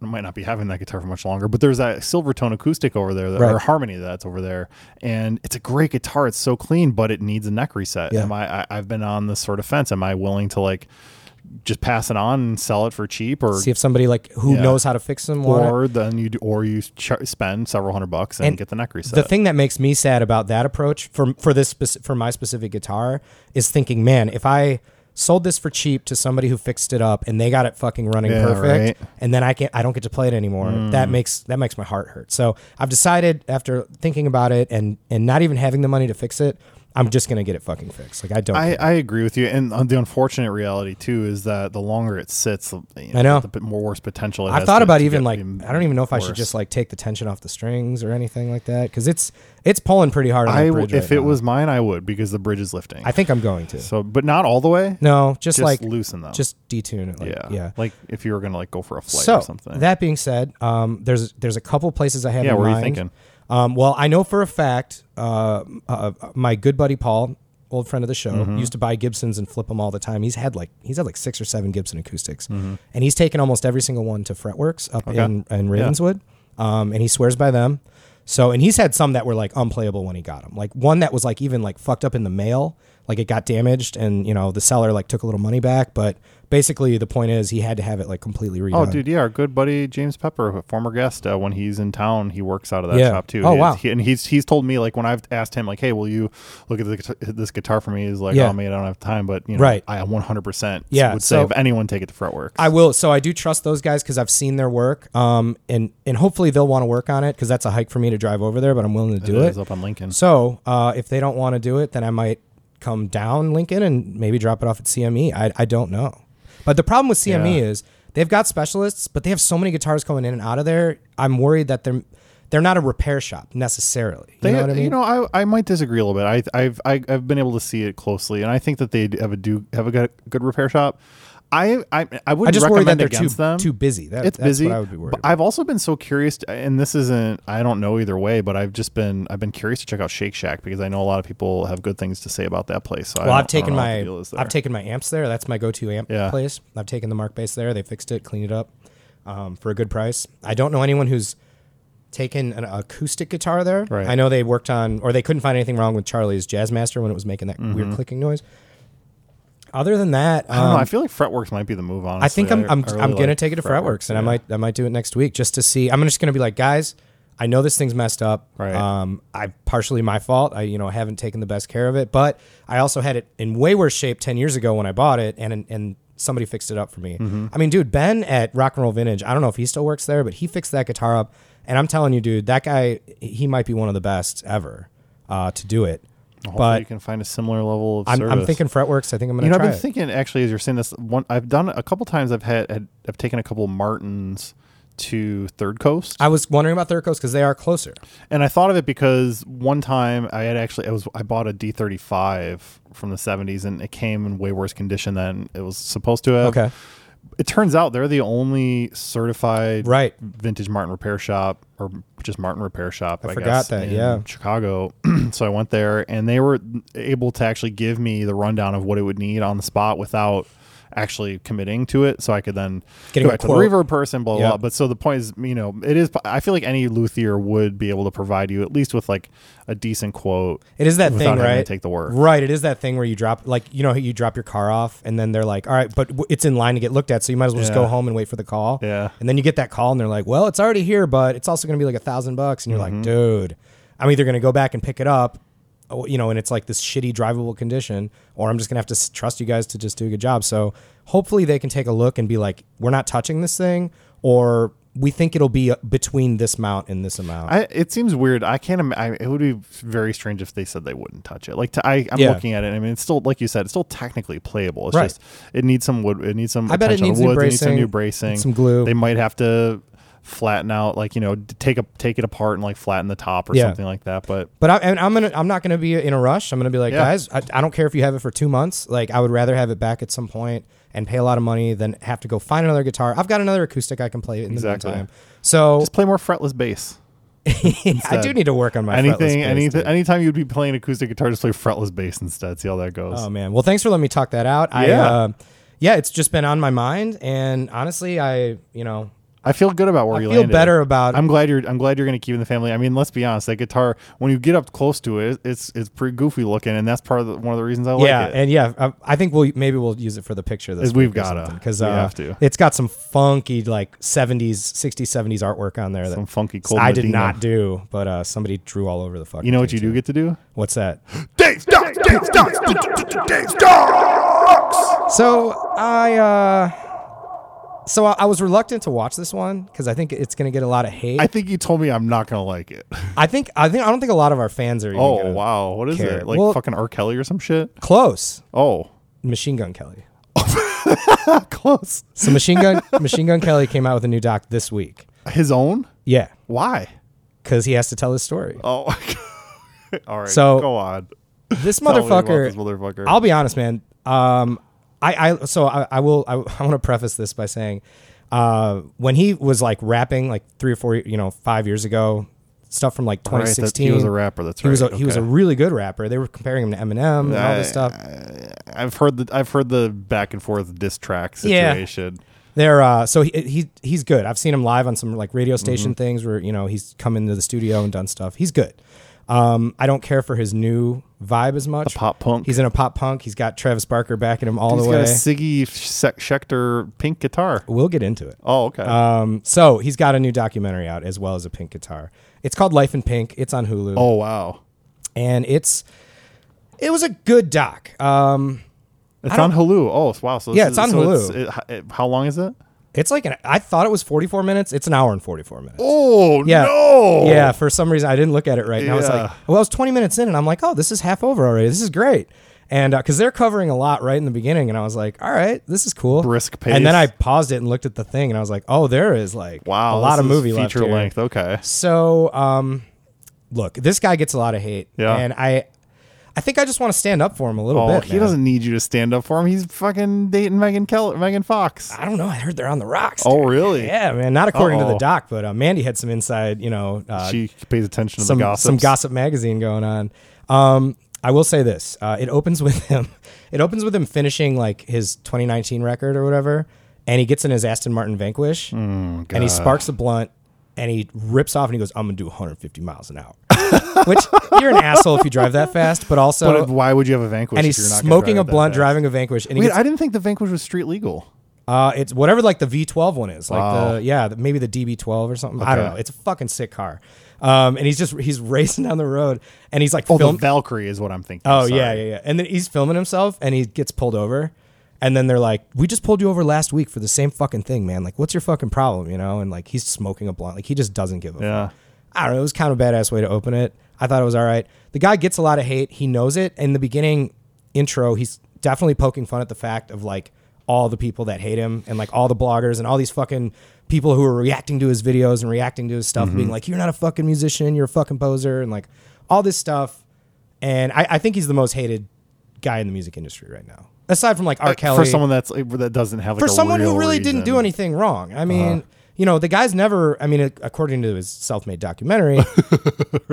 S1: might not be having that guitar for much longer. But there's that silver tone acoustic over there, that, or
S2: Right.
S1: harmony that's over there, and it's a great guitar. It's so clean, but it needs a neck reset. Am I, I? I've been on this sort of fence. Am I willing to like just pass it on and sell it for cheap, or
S2: see if somebody like who
S1: Yeah.
S2: knows how to fix them want it.
S1: or then you do, or you ch- spend several hundred bucks and,
S2: And
S1: get the neck reset?
S2: the thing that makes me sad about that approach for for this speci- for my specific guitar is thinking man if i sold this for cheap to somebody who fixed it up and they got it fucking running
S1: Yeah,
S2: perfect
S1: right. Mm.
S2: and then i can't i don't get to play it anymore that makes that makes my heart hurt so i've decided after thinking about it and and not even having the money to fix it i'm just gonna get it fucking fixed like i don't
S1: I,
S2: care.
S1: I agree with you, and uh, the unfortunate reality too is that the longer it sits, the- you
S2: know.
S1: the bit more worse potential. It
S2: I've
S1: has
S2: thought
S1: to-
S2: about
S1: to
S2: even
S1: get
S2: like
S1: even
S2: I don't even know if I should
S1: worse.
S2: just like take the tension off the strings or anything like that because it's it's pulling pretty hard on
S1: I
S2: the
S1: w-
S2: bridge.
S1: if
S2: right
S1: it
S2: now.
S1: was mine, I would because the bridge is lifting.
S2: I think I'm going to.
S1: so, but not all the way.
S2: No, just,
S1: just
S2: like
S1: loosen them.
S2: just detune it. Like,
S1: yeah,
S2: yeah,
S1: Like if you were gonna like go for a flight
S2: so
S1: or something.
S2: that being said, um, there's there's a couple places I have.
S1: Yeah,
S2: in
S1: what were you
S2: mind.
S1: thinking?
S2: Um, well, I know for a fact, uh, uh, my good buddy Paul, old friend of the show,
S1: Mm-hmm.
S2: used to buy Gibsons and flip them all the time. He's had like he's had like six or seven Gibson acoustics,
S1: Mm-hmm.
S2: and he's taken almost every single one to Fretworks up in, in Ravenswood, um, and he swears by them. So, and he's had some that were like unplayable when he got them. Like one that was like even like fucked up in the mail, like it got damaged, and you know the seller like took a little money back. But basically, the point is he had to have it like completely redone.
S1: Oh, dude, yeah, our good buddy James Pepper, a former guest, uh, when he's in town, he works out of that
S2: Yeah.
S1: shop too.
S2: Oh,
S1: He is-
S2: wow.
S1: he- and he's he's told me like when I've asked him like, hey, will you look at the, guita- this guitar for me? He's like,
S2: Yeah.
S1: oh, man, I don't have time, but you know,
S2: Right.
S1: I 100 percent
S2: Yeah,
S1: would
S2: so-
S1: say if anyone take it to Fretworks.
S2: I will. So I do trust those guys because I've seen their work, um, and and hopefully they'll want to work on it because that's a hike for me to drive over there. But I'm willing to do it.
S1: is up on Lincoln.
S2: So uh, if they don't want to do it, then I might come down Lincoln and maybe drop it off at CME. I I don't know, but the problem with E CME
S1: Yeah.
S2: is they've got specialists, but they have so many guitars coming in and out of there. I'm worried that they're they're not a repair shop necessarily. You
S1: They,
S2: know what I mean?
S1: You know, I, I might disagree a little bit. I, I've I, I've been able to see it closely, and I think that they have a do have a good, good repair shop. I I, I wouldn't
S2: I just worry
S1: recommend
S2: that they're too
S1: against them.
S2: too busy. That,
S1: it's
S2: that's
S1: busy.
S2: What I would be worried.
S1: but I've also been so curious, to, and this isn't I don't know either way, but I've just been I've been curious to check out Shake Shack because I know a lot of people have good things to say about that place. So I
S2: Well,
S1: don't-
S2: I've taken
S1: I don't
S2: my
S1: know what the deal is there.
S2: I've taken my amps there. That's my go-to amp
S1: Yeah.
S2: place. I've taken the Mark base there. They fixed it, cleaned it up um, for a good price. I don't know anyone who's taken an acoustic guitar there.
S1: Right.
S2: I know they worked on, or they couldn't find anything wrong with Charlie's Jazzmaster when it was making that weird clicking noise. Other than that,
S1: Mm-hmm. I don't
S2: um,
S1: know. I feel like Fretworks might be the move. Honestly,
S2: I think I'm I'm,
S1: really
S2: I'm gonna
S1: like
S2: take it to Fretworks, and I might I might do it next week just to see. I'm just gonna be like, guys, I know this thing's messed up.
S1: Right.
S2: Um, I partially my fault. I you know haven't taken the best care of it, but I also had it in way worse shape ten years ago when I bought it, and and somebody fixed it up for me.
S1: Mm-hmm.
S2: I mean, dude, Ben at Rock and Roll Vintage. I don't know if he still works there, but he fixed that guitar up, and I'm telling you, dude, that guy he might be one of the best ever uh, to do it.
S1: Hopefully
S2: but
S1: you can find a similar level of
S2: I'm,
S1: service.
S2: I'm thinking Fretworks. I think I'm gonna
S1: You know, I've
S2: try
S1: been
S2: it.
S1: thinking actually as you're saying this. One, I've done a couple times. I've had, had I've taken a couple Martins to Third Coast,
S2: I was wondering about Thurcos because they are closer.
S1: and I thought of it because one time I had actually I was I bought a D35 from the 70s, and it came in way worse condition than it was supposed to have.
S2: Okay.
S1: It turns out they're the only certified
S2: Right.
S1: vintage Martin repair shop or just Martin repair shop. I,
S2: forgot
S1: guess,
S2: that,
S1: in
S2: yeah.
S1: Chicago. [clears throat] so I went there, and they were able to actually give me the rundown of what it would need on the spot without actually committing to it. So I could then
S2: Getting
S1: go
S2: a
S1: back to the
S2: quote.
S1: reverb person, blah blah,
S2: Yeah.
S1: blah. But so the point is, you know, it is. I feel like any luthier would be able to provide you at least with like a decent quote.
S2: It is that
S1: without
S2: thing,
S1: having to
S2: right?
S1: take the work.
S2: Right. It is that thing where you drop, like, you know, you drop your car off and then they're like, all right, but w- it's in line to get looked at. So you might as well just go
S1: Yeah.
S2: home and wait for the call.
S1: Yeah.
S2: And then you get that call and they're like, well, it's already here, but it's also going to be like a thousand bucks. And you're
S1: Mm-hmm.
S2: like, dude, I'm either going to go back and pick it up, oh, you know, and it's like this shitty drivable condition, or I'm just going to have to s- trust you guys to just do a good job. So hopefully they can take a look and be like, we're not touching this thing or we think it'll be uh, between this amount and this amount.
S1: I, it seems weird. I can't. Im- I, it would be very strange if they said they wouldn't touch it. Like to, I, I'm
S2: Yeah.
S1: looking at it. I mean, it's still like you said, it's still technically playable. It's
S2: Right.
S1: just it needs some wood. It needs some.
S2: I bet it
S1: attention on
S2: needs
S1: the
S2: new
S1: woods, It needs some
S2: bracing,
S1: new bracing.
S2: some glue.
S1: They might have to flatten out, like you know, d- take a take it apart and like flatten the top or
S2: Yeah.
S1: something like that. But
S2: But I, and I'm gonna. I'm not gonna be in a rush. I'm gonna be like,
S1: Yeah.
S2: guys, I, I don't care if you have it for two months. Like, I would rather have it back at some point and pay a lot of money than have to go find another guitar. I've got another acoustic I can play in
S1: Exactly.
S2: the meantime. So
S1: just play more fretless bass.
S2: I do need to work on my fretless
S1: anything,
S2: bass,
S1: anything,
S2: dude.
S1: anytime you'd be playing acoustic guitar, just play fretless bass instead. See how that goes.
S2: Oh man. Well, thanks for letting me talk that out. I,
S1: Yeah.
S2: uh, yeah. It's just been on my mind, and honestly, I, you know,
S1: I feel good about where you
S2: feel
S1: landed.
S2: better about-
S1: I'm glad you're. I'm glad you're going to keep it in the family. I mean, let's be honest. That guitar, when you get up close to it, it's it's pretty goofy looking, and that's part of the, one of the reasons I like
S2: yeah,
S1: it.
S2: and yeah, I, I think we'll maybe we'll use it for the picture this
S1: Is we've gotta.
S2: because
S1: We
S2: uh,
S1: have to.
S2: It's got some funky like '70s, '60s, '70s artwork on there. that
S1: Some funky cold.
S2: I did
S1: Medina.
S2: not do, but uh, somebody drew all over the fucking.
S1: You know what you
S2: thing,
S1: do
S2: too.
S1: get to do?
S2: What's that?
S3: Dave's Docs, Dave's Docs, Dave's Docs.
S2: So I, uh, so I, I was reluctant to watch this one because I think it's going to get a lot of hate.
S1: I
S2: I,
S1: think you told me I'm not going to like
S2: [laughs]
S1: it.
S2: think I think I don't think a lot of our fans are. Even
S1: Oh
S2: gonna-
S1: wow, what is
S2: care.
S1: it? Like
S2: Well-
S1: fucking R. Kelly or some shit?
S2: Close,
S1: Oh,
S2: Machine Gun Kelly.
S1: close.
S2: So Machine Gun [laughs] Machine Gun Kelly came out with a new doc this week.
S1: His own?
S2: Yeah,
S1: Why?
S2: because he has to tell
S1: [laughs]
S2: his story.
S1: Oh, all right.
S2: So-
S1: go on.
S2: this
S1: Tell me about this
S2: motherfucker.
S1: motherfucker.
S2: I'll be honest, man. Um, I, I so I, I will. I, [laughs] I want to preface this by saying, uh, when he was like rapping, like three or four, you know, five years ago, stuff from like
S1: All right, that-
S2: 2016.
S1: he was a rapper. That's right.
S2: He was a, he was a
S1: okay.
S2: really good rapper. They were comparing him to Eminem and all this stuff.
S1: I've heard the I've heard the back and forth diss track
S2: Yeah.
S1: situation.
S2: They're uh, so he, he he's good. I've seen him live on some like
S1: Mm-hmm.
S2: radio station things where you know he's come into the studio and done stuff. He's good. Um, I don't care for his new vibe as much.
S1: pop punk.
S2: He's in a pop punk. He's got Travis Barker backing him all
S1: He's
S2: the way.
S1: got a Siggy Se- Schecter pink guitar.
S2: we'll get into it.
S1: Oh, okay.
S2: Um, so he's got a new documentary out as well as a pink guitar. It's called Life in Pink. It's on Hulu,
S1: oh, wow.
S2: and it's it was a good doc. Um,
S1: It's on Hulu. Oh, wow. So this
S2: Yeah,
S1: is-
S2: it's on
S1: so
S2: Hulu.
S1: it- h- it- how long is it?
S2: it's like an, I thought it was forty four minutes. It's an hour and forty four minutes.
S1: Oh
S2: Yeah.
S1: no.
S2: Yeah, for some reason I didn't look at it right. And I was
S1: Yeah.
S2: like, well, I was 20 minutes in and I'm like, oh, this is half over already. This is great. And because they're covering a lot right in the beginning, and I was like, all right, this is cool.
S1: Brisk
S2: And then I
S1: pace.
S2: paused it and looked at the thing, and I was like, oh, there is like
S1: Wow,
S2: a lot
S1: this
S2: of
S1: is
S2: movie left
S1: feature
S2: here.
S1: length. Okay,
S2: So, um, look, this guy gets a lot of hate.
S1: Yeah.
S2: And I, I think I just want to stand up for him a little
S1: oh,
S2: bit.
S1: he
S2: man.
S1: doesn't need you to stand up for him. He's fucking dating Megan Keller, Megan Fox.
S2: I don't know. I heard they're on the rocks.
S1: Oh,
S2: dude.
S1: really?
S2: Yeah, man. Not according to the
S1: Uh-oh.
S2: doc, but uh, Mandy had some inside, you know, uh,
S1: she pays attention to
S2: some
S1: the gossip.
S2: some gossip magazine going on. Um, I will say this: uh, it opens with him. [laughs] It opens with him finishing like his 2019 record or whatever, and he gets in his Aston Martin Vanquish,
S1: Mm,
S2: and he sparks a blunt, and he rips off and he goes, "I'm gonna do 150 miles an hour," [laughs] which you're an asshole if you drive that fast, but also,
S1: But why would you have a Vanquish?
S2: and
S1: if
S2: he's
S1: you're not gonna
S2: smoking a
S1: drive that
S2: blunt,
S1: fast?
S2: driving a Vanquish, and he
S1: Wait,
S2: gets,
S1: I didn't think the Vanquish was street legal.
S2: uh, it's whatever like the V12 one is, like
S1: Wow.
S2: the yeah, the, maybe the DB12 or something. I don't know. It's a fucking sick car. Um, and he's just he's [laughs] racing down the road, and he's like,
S1: Oh,
S2: film-
S1: the Valkyrie is what I'm thinking.
S2: Oh
S1: Sorry.
S2: yeah, yeah, yeah. And then he's filming himself, and he gets pulled over, and then they're like, "We just pulled you over last week for the same fucking thing, man. Like, what's your fucking problem, you know?" And like, he's smoking a blunt. Like, he just doesn't give a.
S1: Yeah.
S2: Fuck. I don't know. It was kind of a badass way to open it. I thought it was all right. The guy gets a lot of hate. He knows it. In the beginning intro, he's definitely poking fun at the fact of like all the people that hate him and like all the bloggers and all these fucking people who are reacting to his videos and reacting to his stuff, being like, "You're not a fucking musician. You're a fucking poser," and like all this stuff. And I, I think he's the most hated guy in the music industry right now, aside from like R. Kelly
S1: For someone that's eh, that doesn't have like
S2: for
S1: a Uh-huh.
S2: someone who
S1: real
S2: really didn't do
S1: reason.
S2: anything wrong. I mean, you know, the guy's never. I mean, ac- according to his self-made documentary, [laughs]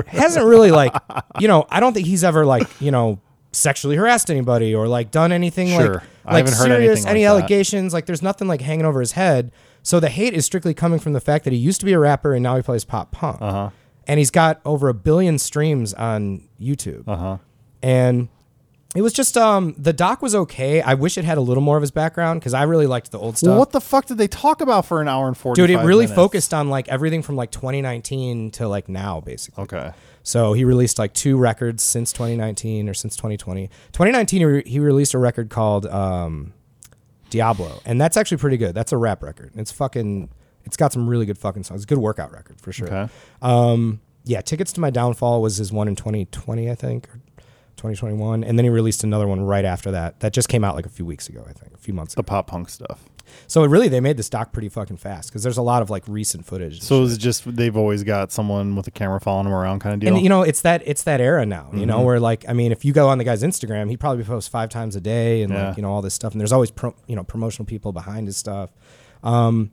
S2: hasn't really like, you know, I don't think he's ever like, you know, sexually harassed anybody or like done anything like,
S1: Sure. I
S2: like
S1: haven't heard
S2: serious.
S1: anything
S2: any
S1: like that.
S2: allegations? Like, there's nothing like hanging over his head. So the hate is strictly coming from the fact that he used to be a rapper and now he plays pop punk, uh-huh. and he's got over a billion streams on YouTube. Uh-huh. And it was just um the doc was okay. I wish it had a little more of his background because I really liked the old stuff.
S1: Well, what the fuck did they talk about for an hour and forty?
S2: Dude, it really
S1: minutes?
S2: focused on like everything from like 2019 to like now, basically.
S1: Okay.
S2: So he released like two records since 2019 or since 2020. 2019, he, re- he released a record called um, Diablo, and that's actually pretty good. That's a rap record. It's fucking. It's got some really good fucking songs. Good workout record for sure.
S1: Okay.
S2: Um, yeah, Tickets to My Downfall was his one in 2020, I think, or 2021. And then he released another one right after that. That just came out like a few weeks ago, I think, a few months
S1: The
S2: ago.
S1: pop punk stuff.
S2: So really, they made this doc pretty fucking fast because there's a lot of like recent footage. and
S1: So it's just they've always got someone with a camera following them around, kind of deal. Mm-hmm.
S2: And you know, it's that it's that era now. You know, where like I mean, if you go on the guy's Instagram, he probably posts five times a day, and
S1: Yeah.
S2: like you know all this stuff. And there's always pro, you know promotional people behind his stuff. Um,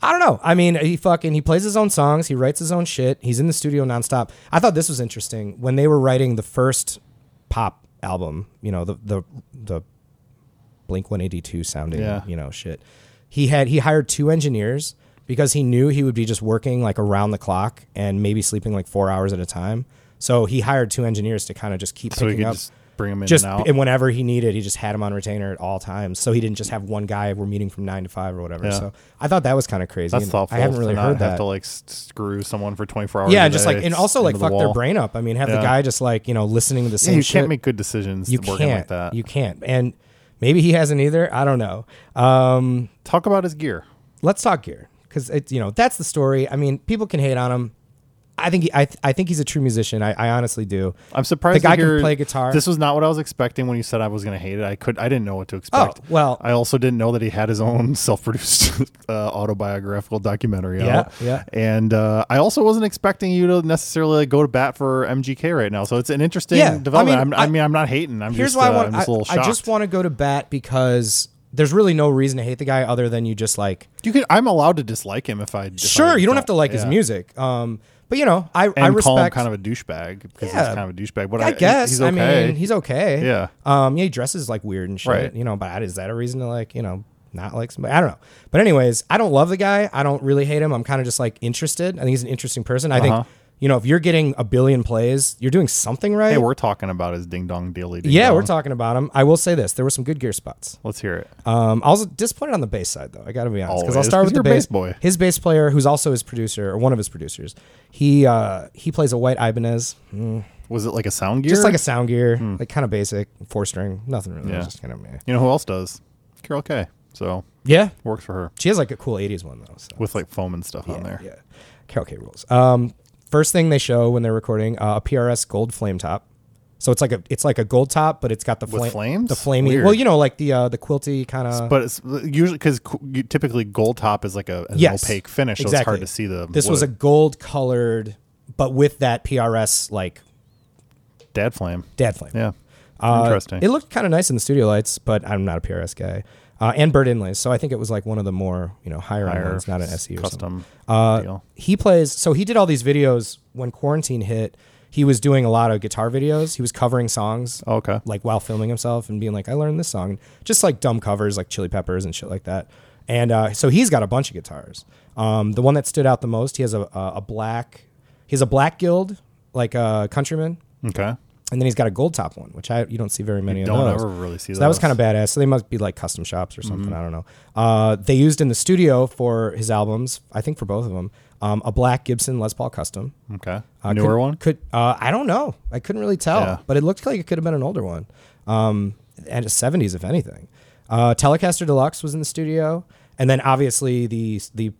S2: I don't know. I mean, he fucking he plays his own songs. He writes his own shit. He's in the studio nonstop. I thought this was interesting when they were writing the first pop album. You know, the the the Blink 182 sounding,
S1: Yeah.
S2: you know, shit. He had he hired two engineers because he knew he would be just working like around the clock and maybe sleeping like 4 hours at a time. So he hired two engineers to kind of just keep
S1: so we
S2: picking
S1: could
S2: up
S1: just bring them in
S2: just
S1: and out.
S2: and whenever he needed, he just had him on retainer at all times. So he didn't just have one guy we're meeting from 9 to 5 or whatever.
S1: Yeah.
S2: So I thought that was kind of crazy.
S1: That's
S2: and
S1: thoughtful.
S2: I haven't really
S1: to not
S2: heard
S1: have
S2: that.
S1: to like s- screw someone for twenty four hours.
S2: yeah,
S1: a
S2: and just
S1: day.
S2: like and
S1: It's
S2: also like
S1: into the
S2: fuck their
S1: wall.
S2: brain up. I mean, have the
S1: Yeah.
S2: guy just like, you know, listening to the
S1: Yeah,
S2: same
S1: you
S2: shit.
S1: can't make good decisions
S2: you
S1: working
S2: can't.
S1: like that.
S2: You can't. And maybe he hasn't either. I don't know. Um
S1: Talk about his gear.
S2: let's talk gear because it's you know that's the story. I mean, people can hate on him. I think he, I, th- I think he's a true musician. I, I honestly do.
S1: I'm surprised
S2: The guy
S1: to
S2: can
S1: hear-
S2: play guitar.
S1: This was not what I was expecting when you said I was going to hate it. I could I didn't know what to expect.
S2: Oh, well-
S1: I also didn't know that he had his own [laughs] self-produced uh, autobiographical documentary
S2: Yeah,
S1: out.
S2: yeah.
S1: And uh, I also wasn't expecting you to necessarily like, go to bat for MGK right now. So it's an interesting
S2: Yeah, I
S1: development. I'm-
S2: mean,
S1: I mean, I,
S2: I-
S1: mean, I'm not hating. I'm
S2: Here's
S1: just,
S2: why
S1: uh,
S2: I want.
S1: I'm just a little
S2: I,
S1: shocked.
S2: I just want to go to bat because there's really no reason to hate the guy other than you just like.
S1: you can. I'm allowed to dislike him if I. if
S2: Sure,
S1: I
S2: you don't have to like his
S1: yeah.
S2: music. Um, but you know, I
S1: And
S2: I
S1: call him
S2: respect.
S1: kind of a douchebag because
S2: Yeah.
S1: he's kind of a douchebag. But
S2: I guess.
S1: he's okay.
S2: I mean, he's okay.
S1: Yeah.
S2: Um. Yeah. He dresses like weird and shit.
S1: Right.
S2: You know. But is that a reason to like you know not like somebody? I don't know. But anyways, I don't love the guy. I don't really hate him. I'm kind of just like interested. I think he's an interesting person. I
S1: Uh-huh.
S2: think you know if you're getting a billion plays, you're doing something right.
S1: hey, we're talking about his ding dong daily. Ding
S2: yeah,
S1: Dong.
S2: we're talking about him. I will say this: there were some good gear spots.
S1: Let's hear it.
S2: Um, I was disappointed on the bass side though. I got to be honest because I'll
S1: Always,
S2: start
S1: 'cause
S2: with the
S1: you're a
S2: bass
S1: bass boy.
S2: His bass player, who's also his producer or one of his producers, he uh, he plays a white Ibanez.
S1: Was it like a sound gear?
S2: Just like a sound gear, like kind of basic, four string, nothing really.
S1: Hmm. Yeah.
S2: Just kind of meh.
S1: You know who else does? Carol Kay. So
S2: Yeah.
S1: works for her
S2: She has like a cool 80s one though. So.
S1: with like foam and stuff on there.
S2: Yeah. Carol K rules. Um, first thing they show when they're recording uh, a PRS gold flame top. So it's like a it's like a gold top, but it's got the
S1: With
S2: flame,
S1: flames?
S2: the flaming.
S1: Weird.
S2: Well, you know, like the uh, the quilty kind of.
S1: But it's uh, usually because typically gold top is like a an
S2: Yes.
S1: opaque finish, so it's
S2: Exactly.
S1: hard to see the.
S2: This was a
S1: wood.
S2: gold colored, but with that PRS like
S1: dad flame.
S2: dad flame.
S1: Yeah,
S2: Uh,
S1: interesting.
S2: It looked kind of nice in the studio lights, but I'm not a PRS guy. Uh, and bird inlays, so I think it was like one of the more you know higher, end
S1: Higher
S2: ones, not an SE or something. Uh,
S1: custom deal.
S2: he plays so he did all these videos when quarantine hit he was doing a lot of guitar videos he was covering songs
S1: Oh, okay.
S2: like while filming himself and being like i learned this song just like dumb covers like chili peppers and shit like that and uh, so he's got a bunch of guitars um, the one that stood out the most he has a, a, a black he has a black guild like a countryman
S1: Okay.
S2: and then he's got a gold top one, which I you don't see very many of
S1: don't
S2: those.
S1: ever really see
S2: so that was
S1: those. Mm-hmm.
S2: kind of badass. So they must be like custom shops or something. I don't know. Uh, they used in the studio for his albums, I think for both of them, um, a black Gibson Les Paul Custom.
S1: Okay.
S2: Uh,
S1: Newer
S2: could-
S1: one.
S2: Could uh, I don't know. I couldn't really tell,
S1: Yeah.
S2: but it looked like it could have been an older one, um, and a '70s if anything. Uh, Telecaster Deluxe was in the studio, and then obviously the the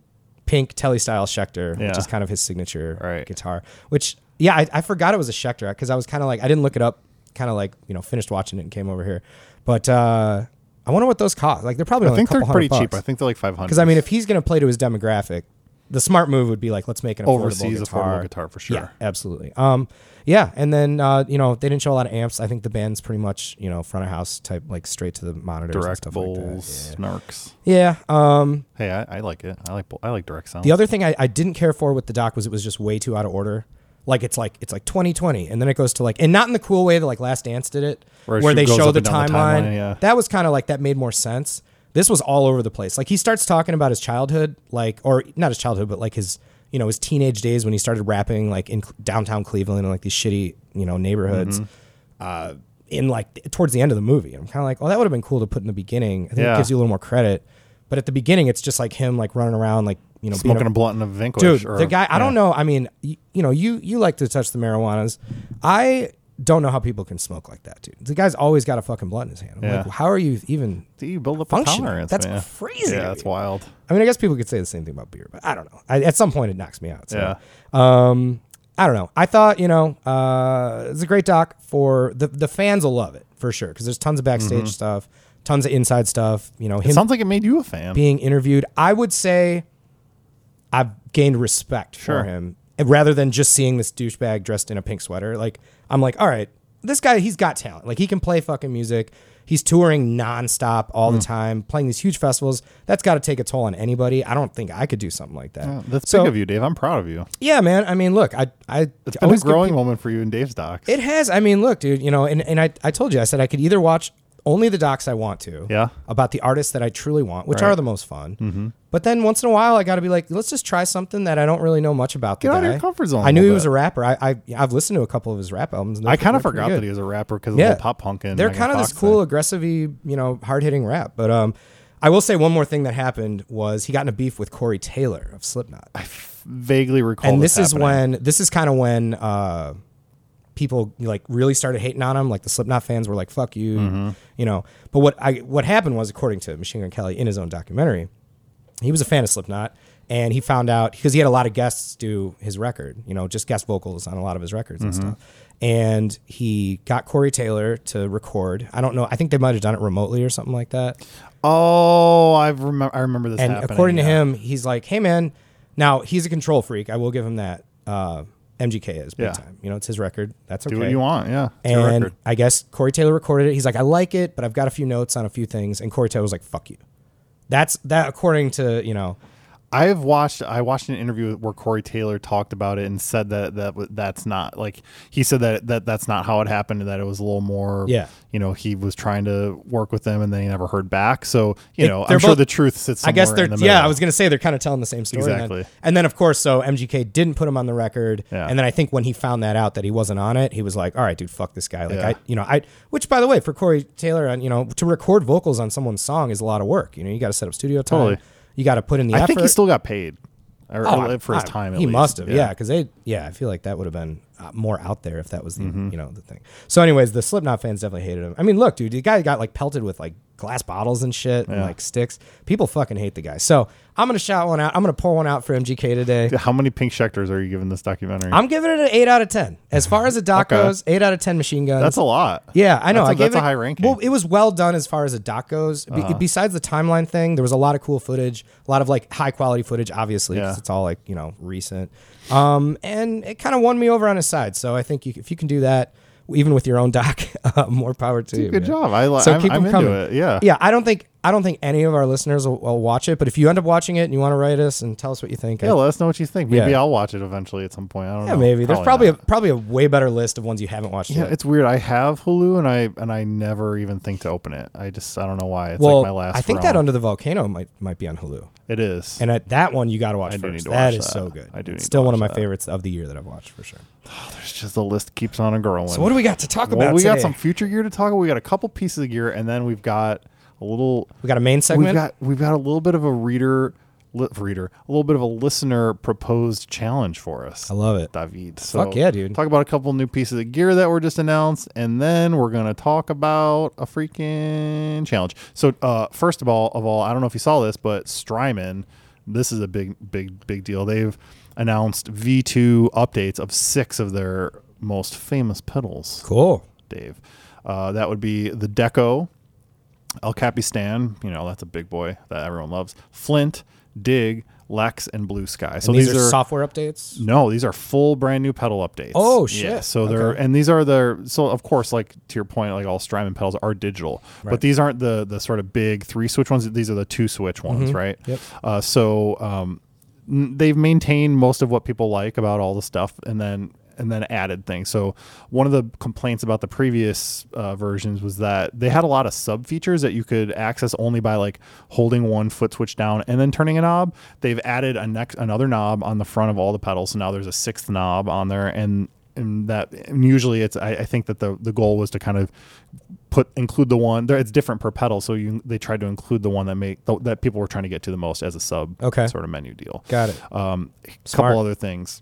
S2: pink Tele style Schecter, which
S1: Yeah.
S2: is kind of his signature
S1: Right.
S2: guitar. Which yeah, I, I forgot it was a Schecter because I was kind of like I didn't look it up. Kind of like you know finished watching it and came over here, but uh, I wonder what those cost. Like they're probably
S1: I
S2: only
S1: think
S2: a couple
S1: they're pretty
S2: hundred
S1: cheap.
S2: bucks.
S1: I think they're like five hundred.
S2: Because I mean, if he's going to play to his demographic, the smart move would be like, let's make an affordable
S1: Overseas affordable
S2: guitar.
S1: guitar for sure.
S2: Yeah, absolutely. Um, yeah, and then uh, you know they didn't show a lot of amps. I think the band's pretty much you know front of house type, like straight to the monitors and
S1: direct
S2: stuff like that.
S1: bowls, snarks.
S2: Yeah. Um,
S1: Hey, I, I like it. I like I like direct sound.
S2: the other thing I, I didn't care for with the doc was it was just way too out of order. Like it's like it's like 2020, and then it goes to like, and not in the cool way that like Last Dance did it,
S1: Where
S2: where,
S1: it shoot-
S2: they
S1: goes
S2: show
S1: up
S2: the
S1: and
S2: timeline.
S1: down the timeline, yeah.
S2: That was kind of like that made more sense. This was all over the place. Like he starts talking about his childhood, like or not his childhood, but like his you know his teenage days when he started rapping, like in Cl- downtown Cleveland and like these shitty you know neighborhoods.
S1: Mm-hmm.
S2: Uh, in like th- towards the end of the movie, I'm kind of like, oh, that would have been cool to put in the beginning. I think
S1: Yeah.
S2: it gives you a little more credit. But at the beginning, it's just like him like running around like you know being
S1: smoking a, blunt and a Vanquish.
S2: dude
S1: or
S2: the
S1: a-
S2: guy i don't
S1: yeah.
S2: know i mean you, you know you you like to touch the marijuanas i don't know how people can smoke like that dude the guy's always got a fucking blunt in his hand I'm
S1: Yeah.
S2: like how are you even
S1: Do you build up a
S2: functioning?
S1: tolerance?
S2: That's
S1: man?
S2: crazy to
S1: Yeah, that's
S2: me.
S1: wild.
S2: i mean i guess people could say the same thing about beer but i don't know I, at some point it knocks me out so.
S1: Yeah.
S2: um i don't know i thought you know uh it's a great doc for the the fans will love it for sure because there's tons of backstage
S1: Mm-hmm.
S2: stuff tons of inside stuff you know him
S1: Sounds like it made you a fan.
S2: being interviewed. I would say I've gained respect
S1: Sure.
S2: for him And rather than just seeing this douchebag dressed in a pink sweater. Like, I'm like, all right, this guy, he's got talent. Like, he can play fucking music. He's touring nonstop all
S1: Hmm.
S2: the time, playing these huge festivals. That's got to take a toll on anybody. I don't think I could do something like that.
S1: That's
S2: so,
S1: big of you, Dave. I'm proud of you.
S2: Yeah, man. I mean, look, I, I,
S1: It's been a
S2: always give
S1: growing moment for you in Dave's docs.
S2: it has. I mean, look, dude, you know, and, and I, I told you, I said I could either watch only the docs I want to.
S1: Yeah.
S2: About the artists that I truly want, which
S1: Right. Mm-hmm.
S2: are the most fun. But then once in a while, I got to be like, let's just try something that I don't really know much about. the
S1: Get out of
S2: guy.
S1: your comfort zone a
S2: I knew
S1: little
S2: he was
S1: bit.
S2: a rapper. I, I I've listened to a couple of his rap albums. and
S1: I
S2: they're-
S1: kind of
S2: they're pretty
S1: forgot
S2: good.
S1: that he was a rapper because of
S2: Yeah.
S1: the pop punk and
S2: They're
S1: Megan
S2: kind of this
S1: Fox
S2: cool,
S1: thing.
S2: aggressive, you know, hard hitting rap. But um, I will say one more thing that happened was he got in a beef with Corey Taylor of Slipknot
S1: Vaguely recall.
S2: and this, is
S1: happening.
S2: when this is kind of when uh, people like really started hating on him. Like the Slipknot fans were like, "Fuck you," you know. But what I what happened was, according to Machine Gun Kelly in his own documentary, he was a fan of Slipknot, and he found out because he had a lot of guests do his record, you know, just guest vocals on a lot of his records and stuff. And he got Corey Taylor to record. I don't know. I think they might have done it remotely or something like that.
S1: Oh, I remember. I remember this.
S2: And
S1: happening,
S2: according to
S1: yeah.
S2: him, he's like, "Hey, man." Now he's a control freak. I will give him that. Uh, MGK is big
S1: Yeah.
S2: time. You know, it's his record. That's okay.
S1: do what you want. Yeah, it's your
S2: And
S1: record.
S2: I guess Corey Taylor recorded it. He's like, "I like it, but I've got a few notes on a few things." And Corey Taylor was like, "Fuck you." That's that. According to you know,
S1: I've watched. I watched an interview where Corey Taylor talked about it and said that that w- that's not like he said that that that's not how it happened. and That it was a little more.
S2: Yeah.
S1: You know, he was trying to work with them and then he never heard back. So you know,
S2: they're
S1: I'm sure
S2: both-
S1: the truth sits. Somewhere
S2: I guess they're
S1: in the middle.
S2: yeah. I was gonna say they're kind of telling the same story. And then- And
S1: Exactly.
S2: then, of course, so MGK didn't put him on the record.
S1: Yeah.
S2: And then I think when he found that out that he wasn't on it, he was like, "All right, dude, fuck this guy." Like
S1: Yeah.
S2: I, you know, I. Which, by the way, for Corey Taylor, and you know, to record vocals on someone's song is a lot of work. You know, you got to set up studio time.
S1: Totally.
S2: You got to put in the
S1: I
S2: effort.
S1: think he still got paid. Or,
S2: Oh, I-
S1: or for his
S2: I-
S1: time, at
S2: He
S1: least.
S2: must have, yeah, because they, yeah, I feel like that would have been uh, more out there
S1: Mm-hmm.
S2: if that was the, you know, the thing. So, anyways, the Slipknot fans definitely hated him. I mean, look, dude, the guy got like pelted with like glass bottles and shit and like sticks. People fucking hate the guy. So I'm gonna shout one out. I'm gonna pour one out for MGK today.
S1: How many pink Schecters are you giving this documentary?
S2: I'm giving it an eight out of ten. As far as a doc
S1: Okay.
S2: goes, eight out of ten machine guns.
S1: that's a lot.
S2: Yeah, I know.
S1: That's a-
S2: I gave
S1: that's a
S2: it-
S1: high ranking. Uh-huh.
S2: Well, it was well done as far as a doc goes. Be- Besides the timeline thing, there was a lot of cool footage, a lot of like high quality footage, obviously, 'cause
S1: Yeah.
S2: it's all like you know recent. Um, and it kind of won me over on his side. So I think you, if you can do that, even with your own doc, [laughs] uh, more power to you.
S1: Good
S2: man.
S1: job. I li-
S2: So
S1: I'm,
S2: keep
S1: I'm
S2: them
S1: into
S2: coming.
S1: it. Yeah.
S2: Yeah, I don't think I don't think any of our listeners will, will watch it. But if you end up watching it and you want to write us and tell us what you think, I-
S1: Yeah, let us know what you think. Maybe
S2: Yeah.
S1: I'll watch it eventually at some point. I don't
S2: yeah,
S1: know.
S2: maybe there's probably
S1: not.
S2: a probably a way better list of ones you haven't watched.
S1: Yeah,
S2: yet.
S1: it's weird. I have Hulu and I and I never even think to open it. I just I don't know why. It's
S2: well,
S1: like my last
S2: I think
S1: realm.
S2: that Under the Volcano might might be on Hulu.
S1: it is.
S2: And at that one, you got to watch
S1: I do need
S2: first.
S1: to
S2: That
S1: watch
S2: is
S1: that.
S2: so good.
S1: I do
S2: It's
S1: need to
S2: still one of
S1: watch that.
S2: my favorites of the year that I've watched for sure.
S1: It's just the list keeps on growing.
S2: So what do we got to talk
S1: Well,
S2: about?
S1: we got
S2: today?
S1: some future gear to talk about. We got a couple pieces of gear, and then we've got a little.
S2: We got a main segment.
S1: We've got we've got a little bit of a reader, li- reader, a little bit of a listener proposed challenge for us.
S2: I love it.
S1: David. So
S2: Fuck yeah, dude.
S1: Talk about a couple new pieces of gear that were just announced, and then we're gonna talk about a freaking challenge. So uh, first of all, of all, I don't know if you saw this, but Strymon, this is a big, big, big deal. They've announced V2 updates of six of their most famous pedals.
S2: Cool.
S1: Dave. Uh, that would be the Deco, El Capistan. You know, that's a big boy that everyone loves. Flint, Dig, Lex, and Blue Sky. So
S2: And these, are, software updates.
S1: no, these are full brand new pedal updates.
S2: Oh, shit.
S1: So they're
S2: Okay.
S1: and these are the so of course like to your point like all Strymon pedals are digital, but these aren't the the sort of big three switch ones. These are the two switch ones, right?
S2: Mm-hmm. Yep.
S1: Uh, so um, n- they've maintained most of what people like about all the stuff, and then and then added things. So one of the complaints about the previous uh, versions was that they had a lot of sub features that you could access only by like holding one foot switch down and then turning a knob. They've added a next another knob on the front of all the pedals, so now there's a sixth knob on there, and and that and usually it's I, I think that the the goal was to kind of put include the one there it's different per pedal so you they tried to include the one that make that people were trying to get to the most as a sub
S2: Okay.
S1: sort of menu deal
S2: Got it.
S1: um a
S2: Smart.
S1: couple other things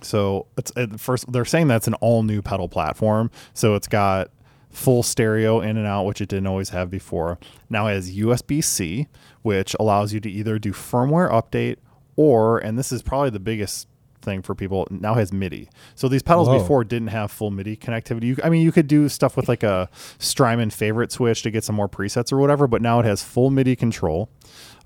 S1: so it's at first they're saying that's an all new pedal platform so it's got full stereo in and out which it didn't always have before now it has usb-c which allows you to either do firmware update or and this is probably the biggest thing for people now has midi so these pedals
S2: Whoa.
S1: before didn't have full midi connectivity you, i mean you could do stuff with like a strymon favorite switch to get some more presets or whatever but now it has full midi control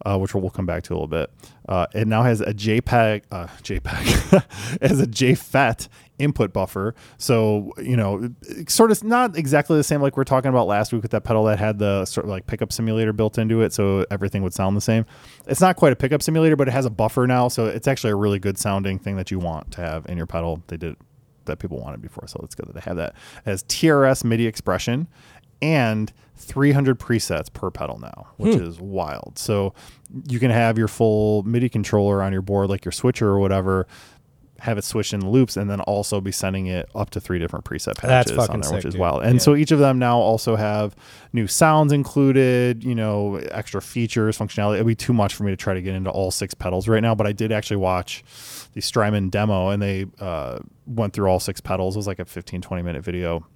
S1: uh, which we'll come back to a little bit. Uh, it now has a JPEG, uh, JPEG, [laughs] it has a JFET input buffer. So you know, it- sort of not exactly the same like we are talking about last week with that pedal that had the sort of like pickup simulator built into it, so everything would sound the same. It's not quite a pickup simulator, but it has a buffer now, so it's actually a really good sounding thing that you want to have in your pedal. They did that people wanted before, so it's good that they have that. It has TRS MIDI expression and 300 presets per pedal now, which
S2: Hmm.
S1: is wild. So you can have your full MIDI controller on your board, like your switcher or whatever, have it switch in loops, and then also be sending it up to three different preset
S2: That's
S1: patches
S2: fucking
S1: on there, which
S2: sick,
S1: is
S2: dude.
S1: wild. And so each of them now also have new sounds included, you know, extra features, functionality. It'd be too much for me to try to get into all six pedals right now, but I did actually watch the Strymon demo and they uh, went through all six pedals. It was like a 15, 20 minute video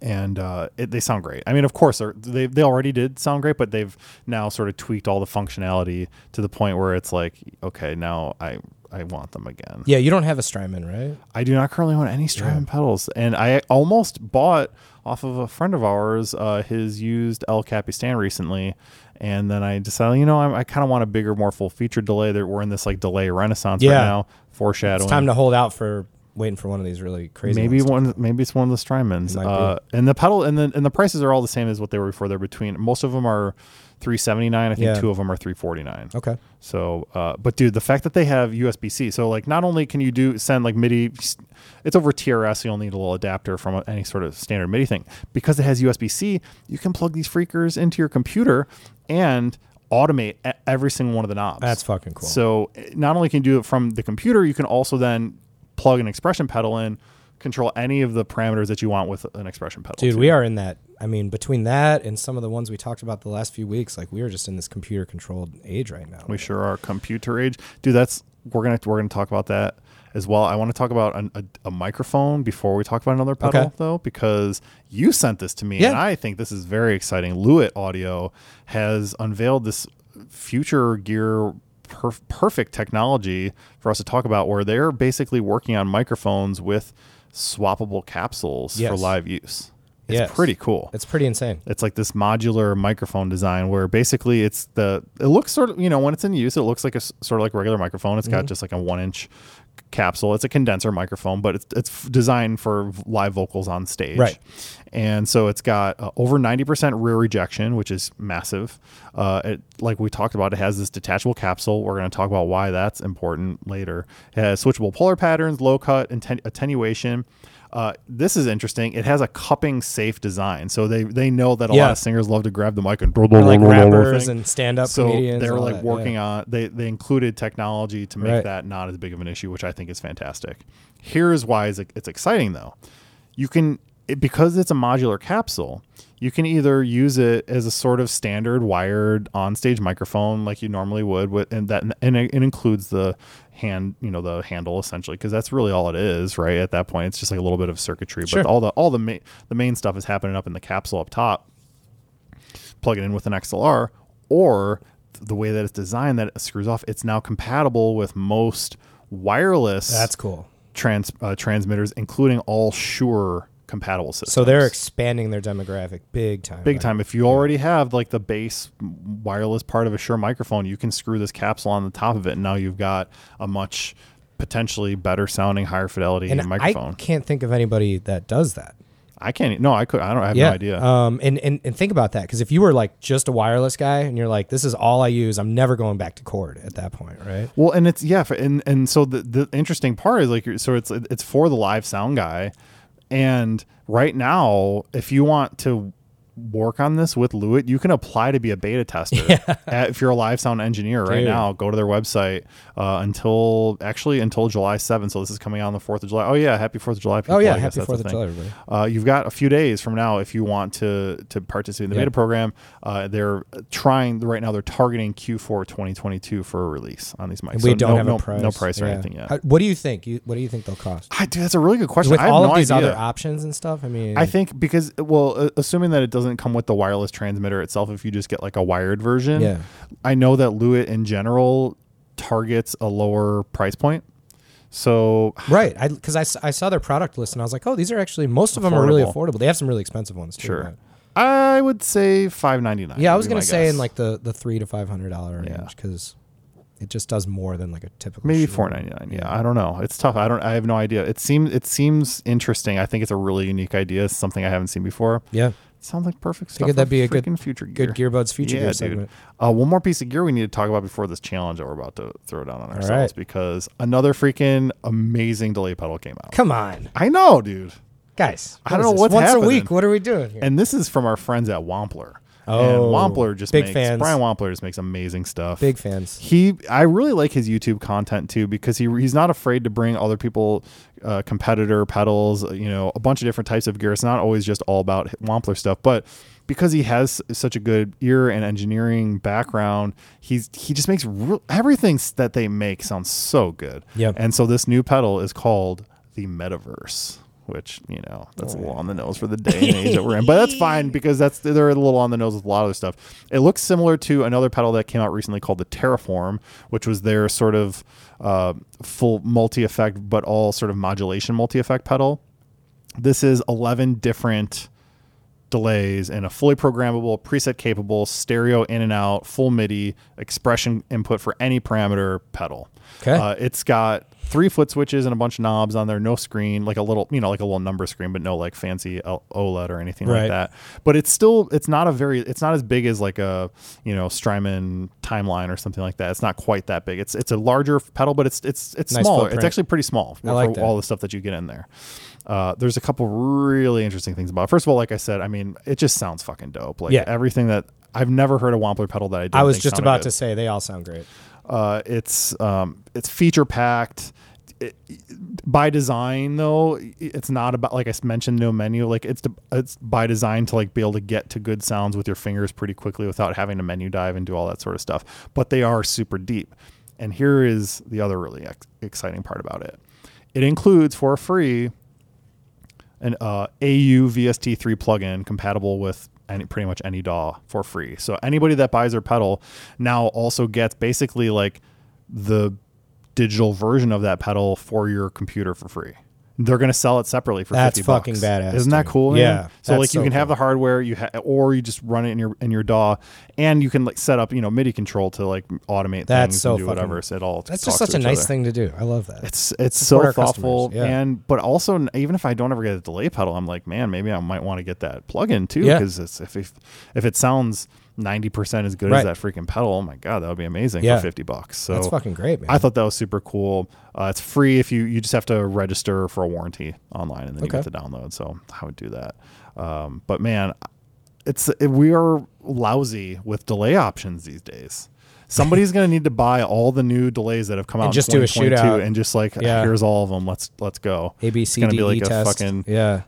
S1: and uh, it, they sound great. I mean, of course, they're- they they already did sound great, but they've now sort of tweaked all the functionality to the point where it's like, okay, now I I want them again.
S2: Yeah, you don't have a Strymon, right?
S1: I do not currently own any Strymon pedals, and I almost bought off of a friend of ours uh, his used El Capistan recently, and then I decided, you know, I, I kind of want a bigger, more full featured delay. That we're in this like delay renaissance
S2: Yeah.
S1: right now, foreshadowing.
S2: It's time to hold out for waiting for one of these really crazy.
S1: Maybe
S2: ones.
S1: one. Maybe it's one of the Strymons.
S2: might be.
S1: Uh, and the pedal and the and the prices are all the same as what they were before. They're between most of them are three seventy nine. I think
S2: Yeah.
S1: two of them are three forty nine.
S2: Okay.
S1: So, uh, but dude, the fact that they have USB C, so like not only can you do send like MIDI, it's over TRS. You'll need a little adapter from any sort of standard MIDI thing. Because it has USB C, you can plug these freakers into your computer and automate e- every single one of the knobs.
S2: That's fucking cool.
S1: So eh, not only can you do it from the computer, you can also then plug an expression pedal in, control any of the parameters that you want with an expression pedal.
S2: Dude,
S1: too.
S2: we are in that. I mean, between that and some of the ones we talked about the last few weeks, like we are just in this computer controlled age right now.
S1: We sure are computer age, dude. That's we're gonna we're gonna talk about that as well. I want to talk about an, a, a microphone before we talk about another pedal
S2: Okay.
S1: though, because you sent this to me, and
S2: Yeah.
S1: I think this is very exciting. Lewitt Audio has unveiled this future gear. Perf- perfect technology for us to talk about where they're basically working on microphones with swappable capsules for
S2: Yes.
S1: live use. It's
S2: Yes.
S1: pretty cool
S2: It's pretty insane.
S1: it's like this modular microphone design where basically it's the it looks sort of you know when it's in use it looks like a s- sort of like a regular microphone It's got just like a one inch capsule it's a condenser microphone but it's, it's f- designed for v- live vocals on stage
S2: Right.
S1: and so it's got uh, over 90% rear rejection which is massive uh, it like we talked about it has this detachable capsule we're going to talk about why that's important later it has switchable polar patterns low cut atten- attenuation uh, this is interesting. It has a cupping safe design, so they they know that a lot
S2: Yeah.
S1: of singers love to grab the mic and
S2: like rappers and stand up
S1: so
S2: comedians.
S1: they're
S2: and all
S1: like
S2: that, yeah.
S1: working on they they included technology to make
S2: Right.
S1: that not as big of an issue, which I think is fantastic. Here's why is it's exciting though. You can it, because it's a modular capsule. You can either use it as a sort of standard wired onstage microphone, like you normally would, with and that and it, it includes the hand, you know, the handle essentially, because that's really all it is, right? At that point, it's just like a little bit of circuitry,
S2: Sure.
S1: but all the all the ma- the main stuff is happening up in the capsule up top plug it in with an XLR, or th- the way that it's designed that it screws off, it's now compatible with most wireless
S2: That's cool.
S1: trans uh, transmitters, including all Sure compatible systems.
S2: So they're expanding their demographic big time.
S1: big
S2: right?
S1: time. If you already have like the base wireless part of a Shure microphone, you can screw this capsule on the top of it, and now you've got a much potentially better sounding, higher fidelity
S2: And I
S1: microphone.
S2: can't think of anybody that does that.
S1: I, can't. e-, No, I could. I don't. I have
S2: yeah.
S1: no idea.
S2: Um, and, and, and think about that because if you were like just a wireless guy and you're like, this is all I use, I'm never going back to cord at that point, right?
S1: Well, and it's yeah, for- and and so the the interesting part is like you're- so it's it's for the live sound guy, and right now if you want to work on this with Lewitt, you can apply to be a beta
S2: [laughs]
S1: tester. At- if you're a live sound engineer right
S2: Dude.
S1: now, go to their website uh, until actually until July 7th. So this is coming out on the 4th of July. Oh yeah, happy 4th of July. People,
S2: Oh,
S1: I
S2: yeah.
S1: guess
S2: Happy
S1: that's the
S2: 4th of
S1: thing.
S2: July, everybody.
S1: Uh, you've got a few days from now if you want to to participate in the
S2: Yeah.
S1: beta program. Uh, they're trying right now. They're targeting Q4 2022 for a release on these mics.
S2: And we
S1: So
S2: don't
S1: no,
S2: have
S1: no,
S2: a price.
S1: no price or
S2: Yeah.
S1: anything yet.
S2: How- what do you think? You, what do you think they'll cost?
S1: I, dude, that's a really good question.
S2: With
S1: I have
S2: all
S1: no
S2: of these
S1: idea.
S2: other options and stuff, I mean,
S1: I think because well, uh, assuming that it doesn't come with the wireless transmitter itself, if you just get like a wired version,
S2: Yeah.
S1: I know that Lewitt in general targets a lower price point. So
S2: right. I because I, s- I saw their product list and I was like, oh, these are actually most of them are really
S1: Affordable.
S2: affordable. They have some really expensive ones too.
S1: sure,
S2: right?
S1: I would say five ninety nine.
S2: Yeah, I was gonna say in like the the three to five hundred dollar
S1: Yeah.
S2: range because it just does more than like a typical
S1: maybe
S2: shoe.
S1: four ninety nine. Yeah, I don't know. It's tough. I don't. I have no idea. It seems. It seems interesting. I think it's a really unique idea. It's something I haven't seen before.
S2: Yeah,
S1: Sounds like perfect stuff.
S2: Figured
S1: for
S2: that'd be a good-
S1: freaking future gear.
S2: good Gearbuds future
S1: yeah,
S2: gear
S1: dude.
S2: segment.
S1: Uh, one more piece of gear we need to talk about before this challenge that we're about to throw down on ourselves
S2: right.
S1: because another freaking amazing delay pedal came out.
S2: Come on,
S1: I know, dude.
S2: guys.
S1: I
S2: what
S1: don't
S2: is
S1: know
S2: this?
S1: what's
S2: once
S1: happening.
S2: a week. What are we doing here?
S1: And this is from our friends at Wampler. and
S2: Oh,
S1: Wampler just
S2: big
S1: makes
S2: fans.
S1: Brian Wampler just makes amazing stuff.
S2: Big fans.
S1: He, I really like his YouTube content too because he he's not afraid to bring other people, uh, competitor pedals, uh, you know, a bunch of different types of gear. It's not always just all about Wampler stuff, but because he has such a good ear and engineering background, he's he just makes real, everything s- that they make sounds so good.
S2: Yep.
S1: And so this new pedal is called the Metaverse. Which you know that's a little on the nose for the day and age that we're in, but that's fine because that's they're a little on the nose with a lot of stuff. It looks similar to another pedal that came out recently called the Terraform, which was their sort of uh, full multi-effect but all sort of modulation multi-effect pedal. This is eleven different delays and a fully programmable, preset capable, stereo in and out, full MIDI expression input for any parameter pedal.
S2: Okay.
S1: Uh, it's got three foot switches and a bunch of knobs on there, no screen, like a little, you know, like a little number screen, but no like fancy L- OLED or anything like
S2: Right.
S1: that. But it's still, it's not a very, it's not as big as like a, you know, Strymon timeline or something like that. It's not quite that big. It's, it's a larger pedal, but it's, it's, it's
S2: Nice
S1: smaller. It's
S2: footprint.
S1: actually pretty small
S2: I like
S1: for
S2: that.
S1: all the stuff that you get in there. Uh, there's a couple really interesting things about it. First of all, like I said, I mean, it just sounds fucking dope. Like
S2: Yeah.
S1: everything that I've never heard a Wampler pedal that I did.
S2: I was just about to say they all sound great.
S1: Uh, it's um, it's feature packed. it, by design though it's not about like i mentioned no menu like it's to, it's by design to like be able to get to good sounds with your fingers pretty quickly without having to menu dive and do all that sort of stuff but they are super deep and here is the other really ex- exciting part about it it includes for free an uh, AU VST3 plugin compatible with any, pretty much any DAW for free. So anybody that buys their pedal now also gets basically like the digital version of that pedal for your computer for free. They're going to sell it separately for
S2: That's
S1: 50 bucks.
S2: fucking badass,
S1: Isn't that
S2: dude.
S1: cool? man?
S2: Yeah,
S1: So
S2: that's
S1: like you
S2: so
S1: can have
S2: cool.
S1: the hardware you ha- or you just run it in your in your DAW and you can like set up, you know, MIDI control to like automate
S2: That's
S1: things
S2: so
S1: and do
S2: fucking-
S1: whatever so it all
S2: That's
S1: talks
S2: just
S1: to
S2: such a
S1: each
S2: nice
S1: other
S2: thing to do. I love that.
S1: it's it's
S2: Support
S1: so
S2: our customers,
S1: thoughtful
S2: yeah.
S1: and but also n- even if I don't ever get a delay pedal, I'm like, man, maybe I might want to get that plugin too
S2: Yeah.
S1: because it's if, if if it sounds ninety percent as good as
S2: Right.
S1: that freaking pedal, oh my god, that would be amazing
S2: Yeah.
S1: for fifty bucks. So
S2: That's fucking great, man.
S1: I thought that was super cool. Uh, it's free if you you just have to register for a warranty online and then you
S2: Okay.
S1: get the download. So I would do that. Um, but man, it's it, we are lousy with delay options these days. Somebody's going to need to buy all the new delays that have come out. in
S2: just do a
S1: 2022
S2: shootout.
S1: and just like
S2: Yeah.
S1: here's all of them. Let's let's go.
S2: A B
S1: It's
S2: C
S1: gonna
S2: D E
S1: be like a
S2: test.
S1: fucking
S2: yeah,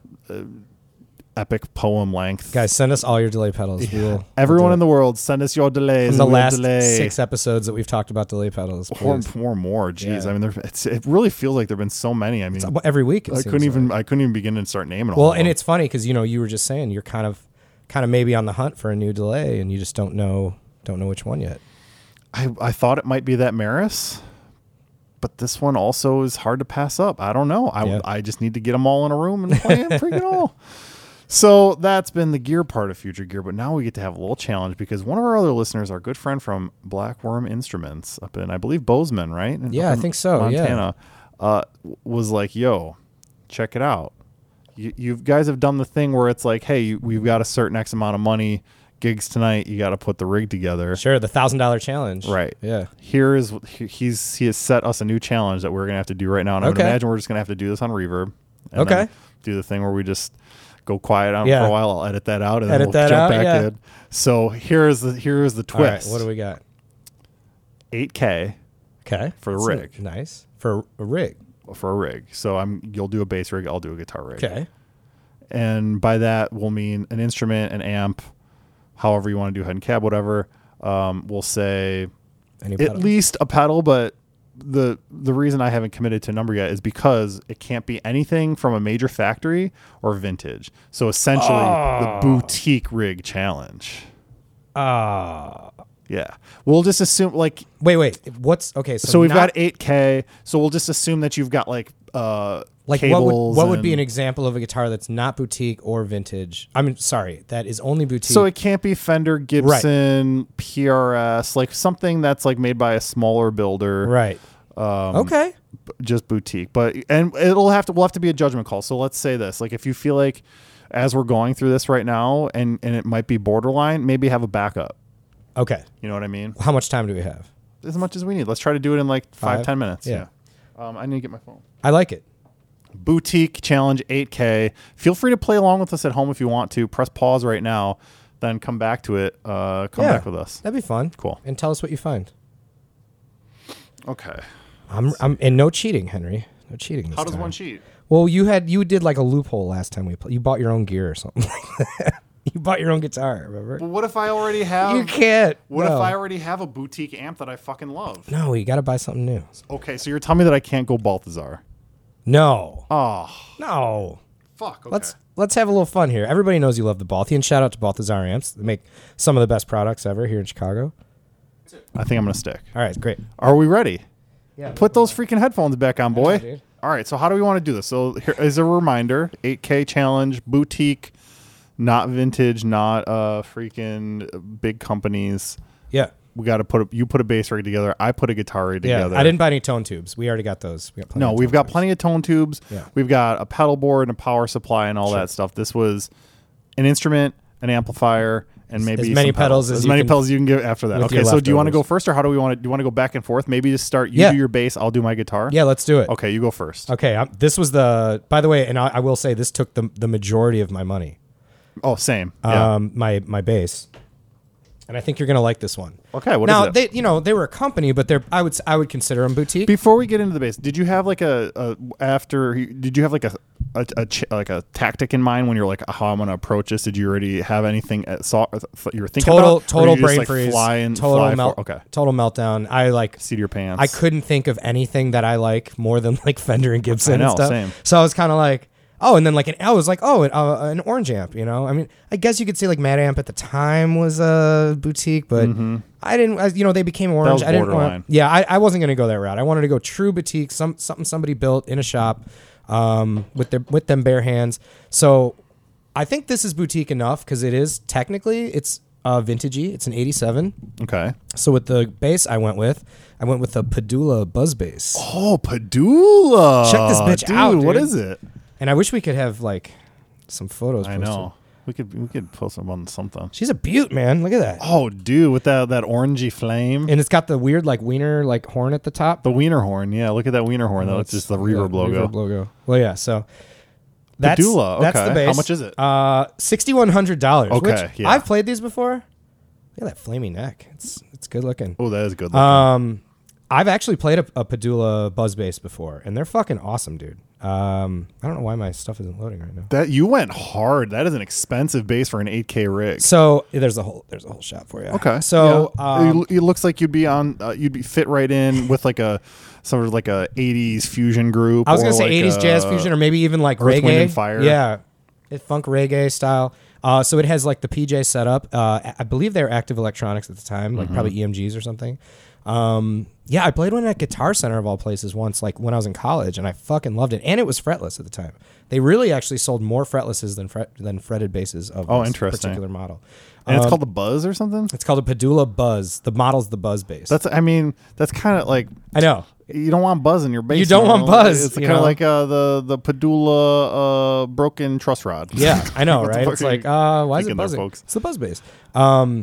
S1: epic poem length.
S2: guys, send us all your delay pedals. We will-
S1: Everyone
S2: we'll
S1: in the world, send us your delays.
S2: do it. the
S1: We'll
S2: last
S1: delay.
S2: six episodes that we've talked about delay pedals.
S1: or,
S2: please.
S1: or more. Jeez,
S2: Yeah.
S1: I mean, there, it's, it really feels like there've been so many. I mean,
S2: It's every week. It
S1: I
S2: seems
S1: couldn't
S2: like.
S1: even I couldn't even begin to start naming all.
S2: Well,
S1: of
S2: and
S1: them.
S2: it's funny because you know you were just saying you're kind of, kind of maybe on the hunt for a new delay, and you just don't know, don't know which one yet.
S1: I I thought it might be that Maris, but this one also is hard to pass up. I don't know. I
S2: Yeah.
S1: I just need to get them all in a room and play them
S2: [laughs]
S1: freaking all. So that's been the gear part of Future Gear, but now we get to have a little challenge because one of our other listeners, our good friend from Black Worm Instruments up in, I believe, Bozeman, right?
S2: Yeah,
S1: Up
S2: I
S1: in
S2: think so, yeah.
S1: Montana, uh, w- was like, yo, check it out. You, you guys have done the thing where it's like, hey, you, we've got a certain X amount of money, gigs tonight, you got to put the rig together.
S2: Sure, the thousand dollar challenge.
S1: Right.
S2: Yeah.
S1: Here is he- he's he has set us a new challenge that we're gonna have to do right now, and I would
S2: Okay.
S1: imagine we're just gonna have to do this on Reverb. And
S2: Okay.
S1: then Do the thing where we just go quiet on
S2: Yeah.
S1: for a while. I'll edit that out and then
S2: Edit
S1: we'll
S2: that
S1: jump
S2: out,
S1: back
S2: yeah.
S1: in. So here is the here is the
S2: All right.
S1: twist.
S2: What do we got?
S1: 8K
S2: Okay.
S1: For the
S2: That's
S1: rig.
S2: n- Nice for a rig.
S1: for a rig. So I'm you'll do a bass rig, I'll do a guitar rig.
S2: Okay.
S1: and by that we'll mean an instrument, an amp, however you want to do head and cab, whatever. Um, we'll say
S2: Any
S1: at
S2: pedal?
S1: least a pedal, but the the reason I haven't committed to a number yet is because it can't be anything from a major factory or vintage. So essentially, the boutique rig challenge.
S2: Ah.
S1: Yeah, we'll just assume like
S2: wait, wait. What's okay? So,
S1: so, we've got
S2: not-
S1: 8K. So we'll just assume that you've got like uh
S2: like what would
S1: cables
S2: what would be
S1: and-
S2: an example of a guitar that's not boutique or vintage? I mean, sorry, that is only boutique.
S1: so it can't be Fender, Gibson, PRS, like something that's like made by a smaller builder,
S2: right.
S1: Um,
S2: okay.
S1: just boutique but and it'll have to we'll have to be a judgment call so let's say this like if you feel like as we're going through this right now and and it might be borderline maybe have a backup
S2: Okay.
S1: you know what i mean
S2: How much time do we have?
S1: as much as we need let's try to do it in like five ten
S2: Five?
S1: minutes
S2: Yeah.
S1: um, i need to get my phone
S2: I like it.
S1: boutique challenge 8k feel free to play along with us at home if you want to press pause right now then come back to it uh come back with us
S2: That'd be fun.
S1: Cool.
S2: And tell us what you find.
S1: okay
S2: I'm, I'm and no cheating, Henry. No cheating. This
S1: how does
S2: time.
S1: one cheat
S2: Well, you had you did like a loophole last time we played. You bought your own gear or something. [laughs] you bought your own guitar. Remember?
S1: what if i already have
S2: You can't.
S1: what
S2: no.
S1: if i already have a boutique amp that i fucking love
S2: No, you got to buy something new.
S1: Okay, so you're telling me that I can't go Balthazar.
S2: No.
S1: Oh,
S2: No.
S1: fuck. Okay.
S2: Let's let's have a little fun here. Everybody knows you love the Balthian. Shout out to Balthazar Amps. They make some of the best products ever here in Chicago.
S1: I think I'm going to stick.
S2: All right, great.
S1: Are we ready?
S2: Yeah.
S1: Put those freaking headphones back on, boy.
S2: dude.
S1: All right, so how do we want to do this? So here is a reminder 8K challenge, boutique, not vintage, not uh freaking big companies.
S2: yeah.
S1: We got to put a, you put a bass rig together. I put a guitar rig
S2: Yeah.
S1: together.
S2: I didn't buy any tone tubes. We already got those. We got plenty
S1: No,
S2: of
S1: we've
S2: tone
S1: got
S2: tubes.
S1: plenty of tone tubes.
S2: Yeah.
S1: We've got a pedal board and a power supply and all that stuff. This was an instrument, an amplifier, and maybe
S2: many
S1: some
S2: pedals as
S1: as
S2: you
S1: many
S2: can-
S1: pedals you can get after that.
S2: with
S1: Okay,
S2: your
S1: so do you want to go
S2: leftovers.
S1: first, or how do we want to? Do you want to go back and forth? Maybe just start. You
S2: Yeah.
S1: do your bass, I'll do my guitar.
S2: Yeah, let's do it.
S1: Okay, you go first.
S2: Okay, um, this was the. By the way, and I, I will say this took the the majority of my money.
S1: Oh, same. Yeah.
S2: Um, my my bass. and I think you're gonna like this one.
S1: Okay, what is
S2: now
S1: it?
S2: they, you know, they were a company, but they're I would s- I would consider them boutique.
S1: Before we get into the base, did you have like a, a after? Did you have like a, a, a ch- like a tactic in mind when you're like, "How I'm going to approach this"? Did you already have anything at, saw, th- you were thinking
S2: total
S1: about? Or
S2: total
S1: did you just,
S2: brain
S1: like,
S2: freeze.
S1: Fly and
S2: total
S1: fly
S2: melt.
S1: for- okay,
S2: Total meltdown. I like.
S1: seat of your pants.
S2: I couldn't think of anything that I like more than like Fender and Gibson
S1: I know,
S2: and stuff.
S1: same.
S2: So I was kind of like, oh, and then like an I was like, oh, an, uh, an orange amp, you know. I mean, I guess you could say like Mad Amp at the time was a boutique, but I didn't. I, you know, they became orange.
S1: Mm-hmm. was
S2: I didn't
S1: borderline.
S2: want. Yeah, I, I wasn't gonna go that route. I wanted to go true boutique, some something somebody built in a shop, um, with their with them bare hands. So I think this is boutique enough because it is technically it's uh, vintagey. It's an '87.
S1: Okay.
S2: So with the bass I went with, I went with a Padula buzz bass.
S1: Oh, Padula.
S2: Check this bitch
S1: dude,
S2: out,
S1: What
S2: dude.
S1: is it?
S2: And I wish we could have like some photos.
S1: I
S2: posted.
S1: know. We could we could post them on something.
S2: She's a beaut, man. Look at that.
S1: Oh, dude, with that that orangey flame.
S2: And it's got the weird like wiener like horn at the top.
S1: the wiener horn, yeah. Look at that wiener horn. That's just the reverb
S2: Yeah,
S1: logo.
S2: Reverb logo. Well, yeah. So that's
S1: Padula,
S2: that's
S1: okay.
S2: the bass.
S1: How much is it?
S2: Uh, sixty one hundred dollars.
S1: Okay,
S2: Which
S1: yeah.
S2: I've played these before. Look at that flaming neck. It's it's good looking.
S1: Oh, that is good. looking.
S2: Um, I've actually played a, a Padula buzz bass before, and they're fucking awesome, dude. Um, I don't know why my stuff isn't loading right now.
S1: that you went hard. That is an expensive bass for an 8K rig.
S2: So there's a whole there's a whole shot for you.
S1: Okay.
S2: So
S1: yeah.
S2: um,
S1: it, it looks like you'd be on. Uh, you'd be fit right in with like a sort of like a '80s fusion group.
S2: I was gonna
S1: or
S2: say
S1: like
S2: '80s jazz
S1: a-
S2: fusion, or maybe even like
S1: Earth,
S2: reggae,
S1: Wind, and Fire.
S2: Yeah, it funk reggae style. Uh, so it has like the PJ setup. Uh, I- I believe they were active electronics at the time, like
S1: Mm-hmm.
S2: probably EMGs or something. Um, yeah, I played one at Guitar Center of all places once, like when I was in college, and I fucking loved it. And it was fretless at the time. They really actually sold more fretlesses than fret, than fretted basses of
S1: Oh,
S2: this
S1: interesting.
S2: particular model.
S1: and it's
S2: Um,
S1: called the Buzz or something.
S2: it's called a Padula Buzz. The model's the Buzz bass.
S1: That's. I mean, that's kind of like.
S2: I know.
S1: You don't want buzz in your bass.
S2: You don't want buzz,
S1: It's
S2: you
S1: kind of
S2: know?
S1: like uh, the the Padula uh, broken truss rod.
S2: Yeah, I know,
S1: What the
S2: right?
S1: fuck
S2: It's
S1: are
S2: like,
S1: you
S2: uh, why is it
S1: thinking there,
S2: buzzing?
S1: folks?
S2: It's the buzz bass. Um,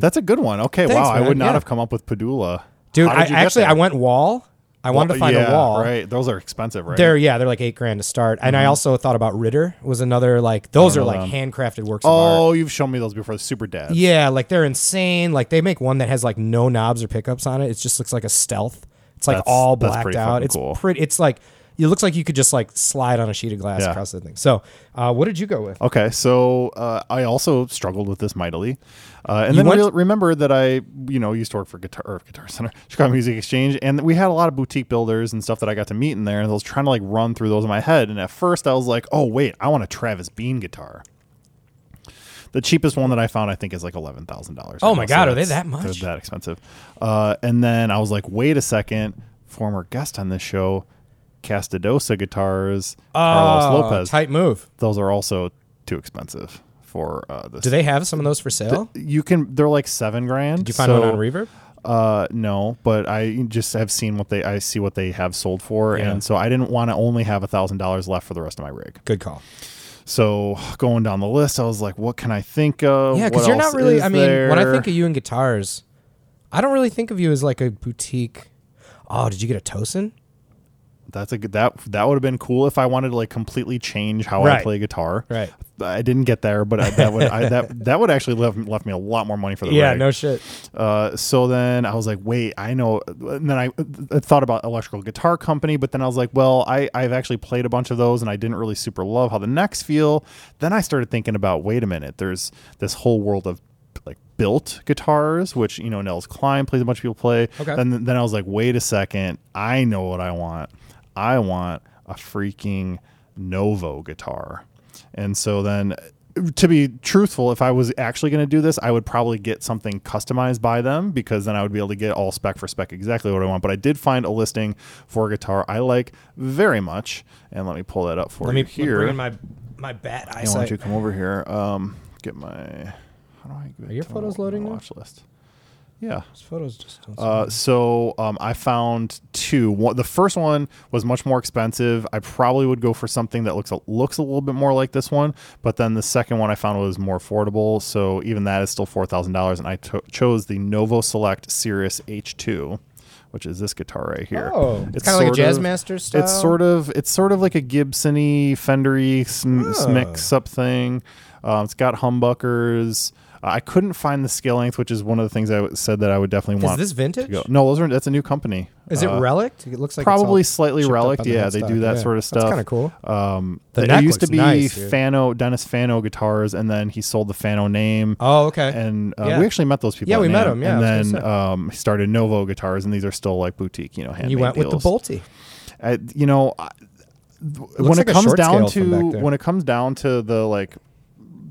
S1: [laughs] That's a good one. Okay,
S2: Thanks,
S1: wow. I would
S2: man.
S1: not
S2: Yeah.
S1: have come up with Padula,
S2: dude.
S1: How
S2: I
S1: did you get
S2: actually I
S1: that?
S2: went wall. I wanted to find
S1: yeah,
S2: a wall.
S1: Right, Mm-hmm. those are expensive, right?
S2: They're yeah, they're like eight grand to start. And I also thought about Ritter was another like those are
S1: know
S2: like
S1: them.
S2: handcrafted works of art.
S1: oh, you've shown me those before. The Super Dad.
S2: Yeah, like they're insane. Like they make one that has like no knobs or pickups on it. It just looks like a stealth. It's like
S1: That's-
S2: all
S1: that's
S2: blacked
S1: pretty
S2: out.
S1: fucking
S2: It's
S1: cool.
S2: pretty. It's like it looks like you could just like slide on a sheet of glass
S1: Yeah.
S2: across the thing. So, uh, what did you go with?
S1: Okay, so uh, I also struggled with this mightily, uh, and
S2: You
S1: then
S2: went-
S1: re- remember that I, you know, used to work for Guitar or Guitar Center, [laughs] Chicago Music Exchange, and we had a lot of boutique builders and stuff that I got to meet in there, and I was trying to like run through those in my head, and at first I was like, oh wait, I want a Travis Bean guitar. The cheapest one that I found, I think, is like eleven thousand dollars.
S2: Oh my God, are they that much?
S1: They're that expensive. Uh, and then I was like, wait a second, former guest on this show, Castadosa Guitars,
S2: Uh,
S1: Carlos Lopez
S2: Tight move.
S1: those are also too expensive for uh, this.
S2: Do they have some of those for sale?
S1: you can. They're like seven grand.
S2: Did you find
S1: so,
S2: one on Reverb?
S1: Uh, no, but I just have seen what they. I see what they have sold for,
S2: Yeah.
S1: and so I didn't want to only have a thousand dollars left for the rest of my rig.
S2: Good call.
S1: So going down the list, I was like, what can I think of?
S2: Yeah,
S1: because
S2: because you're not really. I mean, when I think of you and guitars, I don't really think of you as like a boutique. Oh, did you get a Tosin?
S1: that's a good that that would have been cool if I wanted to like completely change how I
S2: Right.
S1: play guitar.
S2: Right.
S1: I didn't get there, but I, that would I, that that would actually left left me a lot more money for the rig.
S2: shit.
S1: Uh, so then I was like, wait, I know. And then I, I thought about electrical guitar company, but then I was like, well, I, I've actually played a bunch of those and I didn't really super love how the necks feel. Then I started thinking about, wait a minute, there's this whole world of like built guitars, which, you know, Nels Klein plays a bunch of people play.
S2: Okay.
S1: Then, then I was like, wait a second, I know what I want. I want a freaking Novo guitar. And so then, to be truthful, if I was actually going to do this, I would probably get something customized by them because then I would be able to get all spec for spec exactly what I want. But I did find a listing for a guitar I like very much. And let me pull that up for
S2: Let
S1: you
S2: me
S1: here.
S2: bring in my my bat
S1: Hey, why don't
S2: eyesight.
S1: you come over here? Um, get my. How do I get
S2: Are your
S1: to
S2: photos
S1: my
S2: loading now?
S1: Watch list. Yeah.
S2: Those photos just don't.
S1: Uh, so um, I found two. One, the first one was much more expensive. I probably would go for something that looks a, looks a little bit more like this one, but then the second one I found was more affordable. So even that is still four thousand dollars, and I to- chose the Novo Select Sirius H2, which is this guitar right here.
S2: Oh. It's kinda like a
S1: sort of-
S2: Jazzmaster
S1: It's
S2: style?
S1: sort sort of it's sort of like a
S2: Ah.
S1: Gibson-y, Fendery sm- mix up thing. Um, it's got Uh, humbuckers. Uh, I couldn't find the scale length, which is one of the things I w- said that I would definitely
S2: Is
S1: want.
S2: this vintage?
S1: to go. No, those are that's a new company.
S2: Is it
S1: Uh,
S2: relic? It looks like it's all
S1: probably slightly
S2: chipped up
S1: relic?
S2: on the
S1: Yeah, they
S2: headstock.
S1: do that
S2: Yeah.
S1: sort of stuff.
S2: That's kind of cool.
S1: Um,
S2: The
S1: it
S2: neck
S1: used to
S2: looks
S1: be
S2: nice, dude.
S1: Fano Dennis Fano guitars, and then he sold the Fano name.
S2: Oh, okay.
S1: And uh,
S2: Yeah.
S1: we actually met those people.
S2: Yeah,
S1: at
S2: we met
S1: NAMM.
S2: 'em. Yeah, I was
S1: and
S2: gonna
S1: then um, he started Novo guitars, and these are still like boutique, you know, handmade
S2: you went
S1: deals.
S2: with the Bolty.
S1: I, you know, I, when
S2: looks
S1: it
S2: like a
S1: comes
S2: short
S1: down
S2: scale
S1: to
S2: from back there.
S1: when it comes down to the like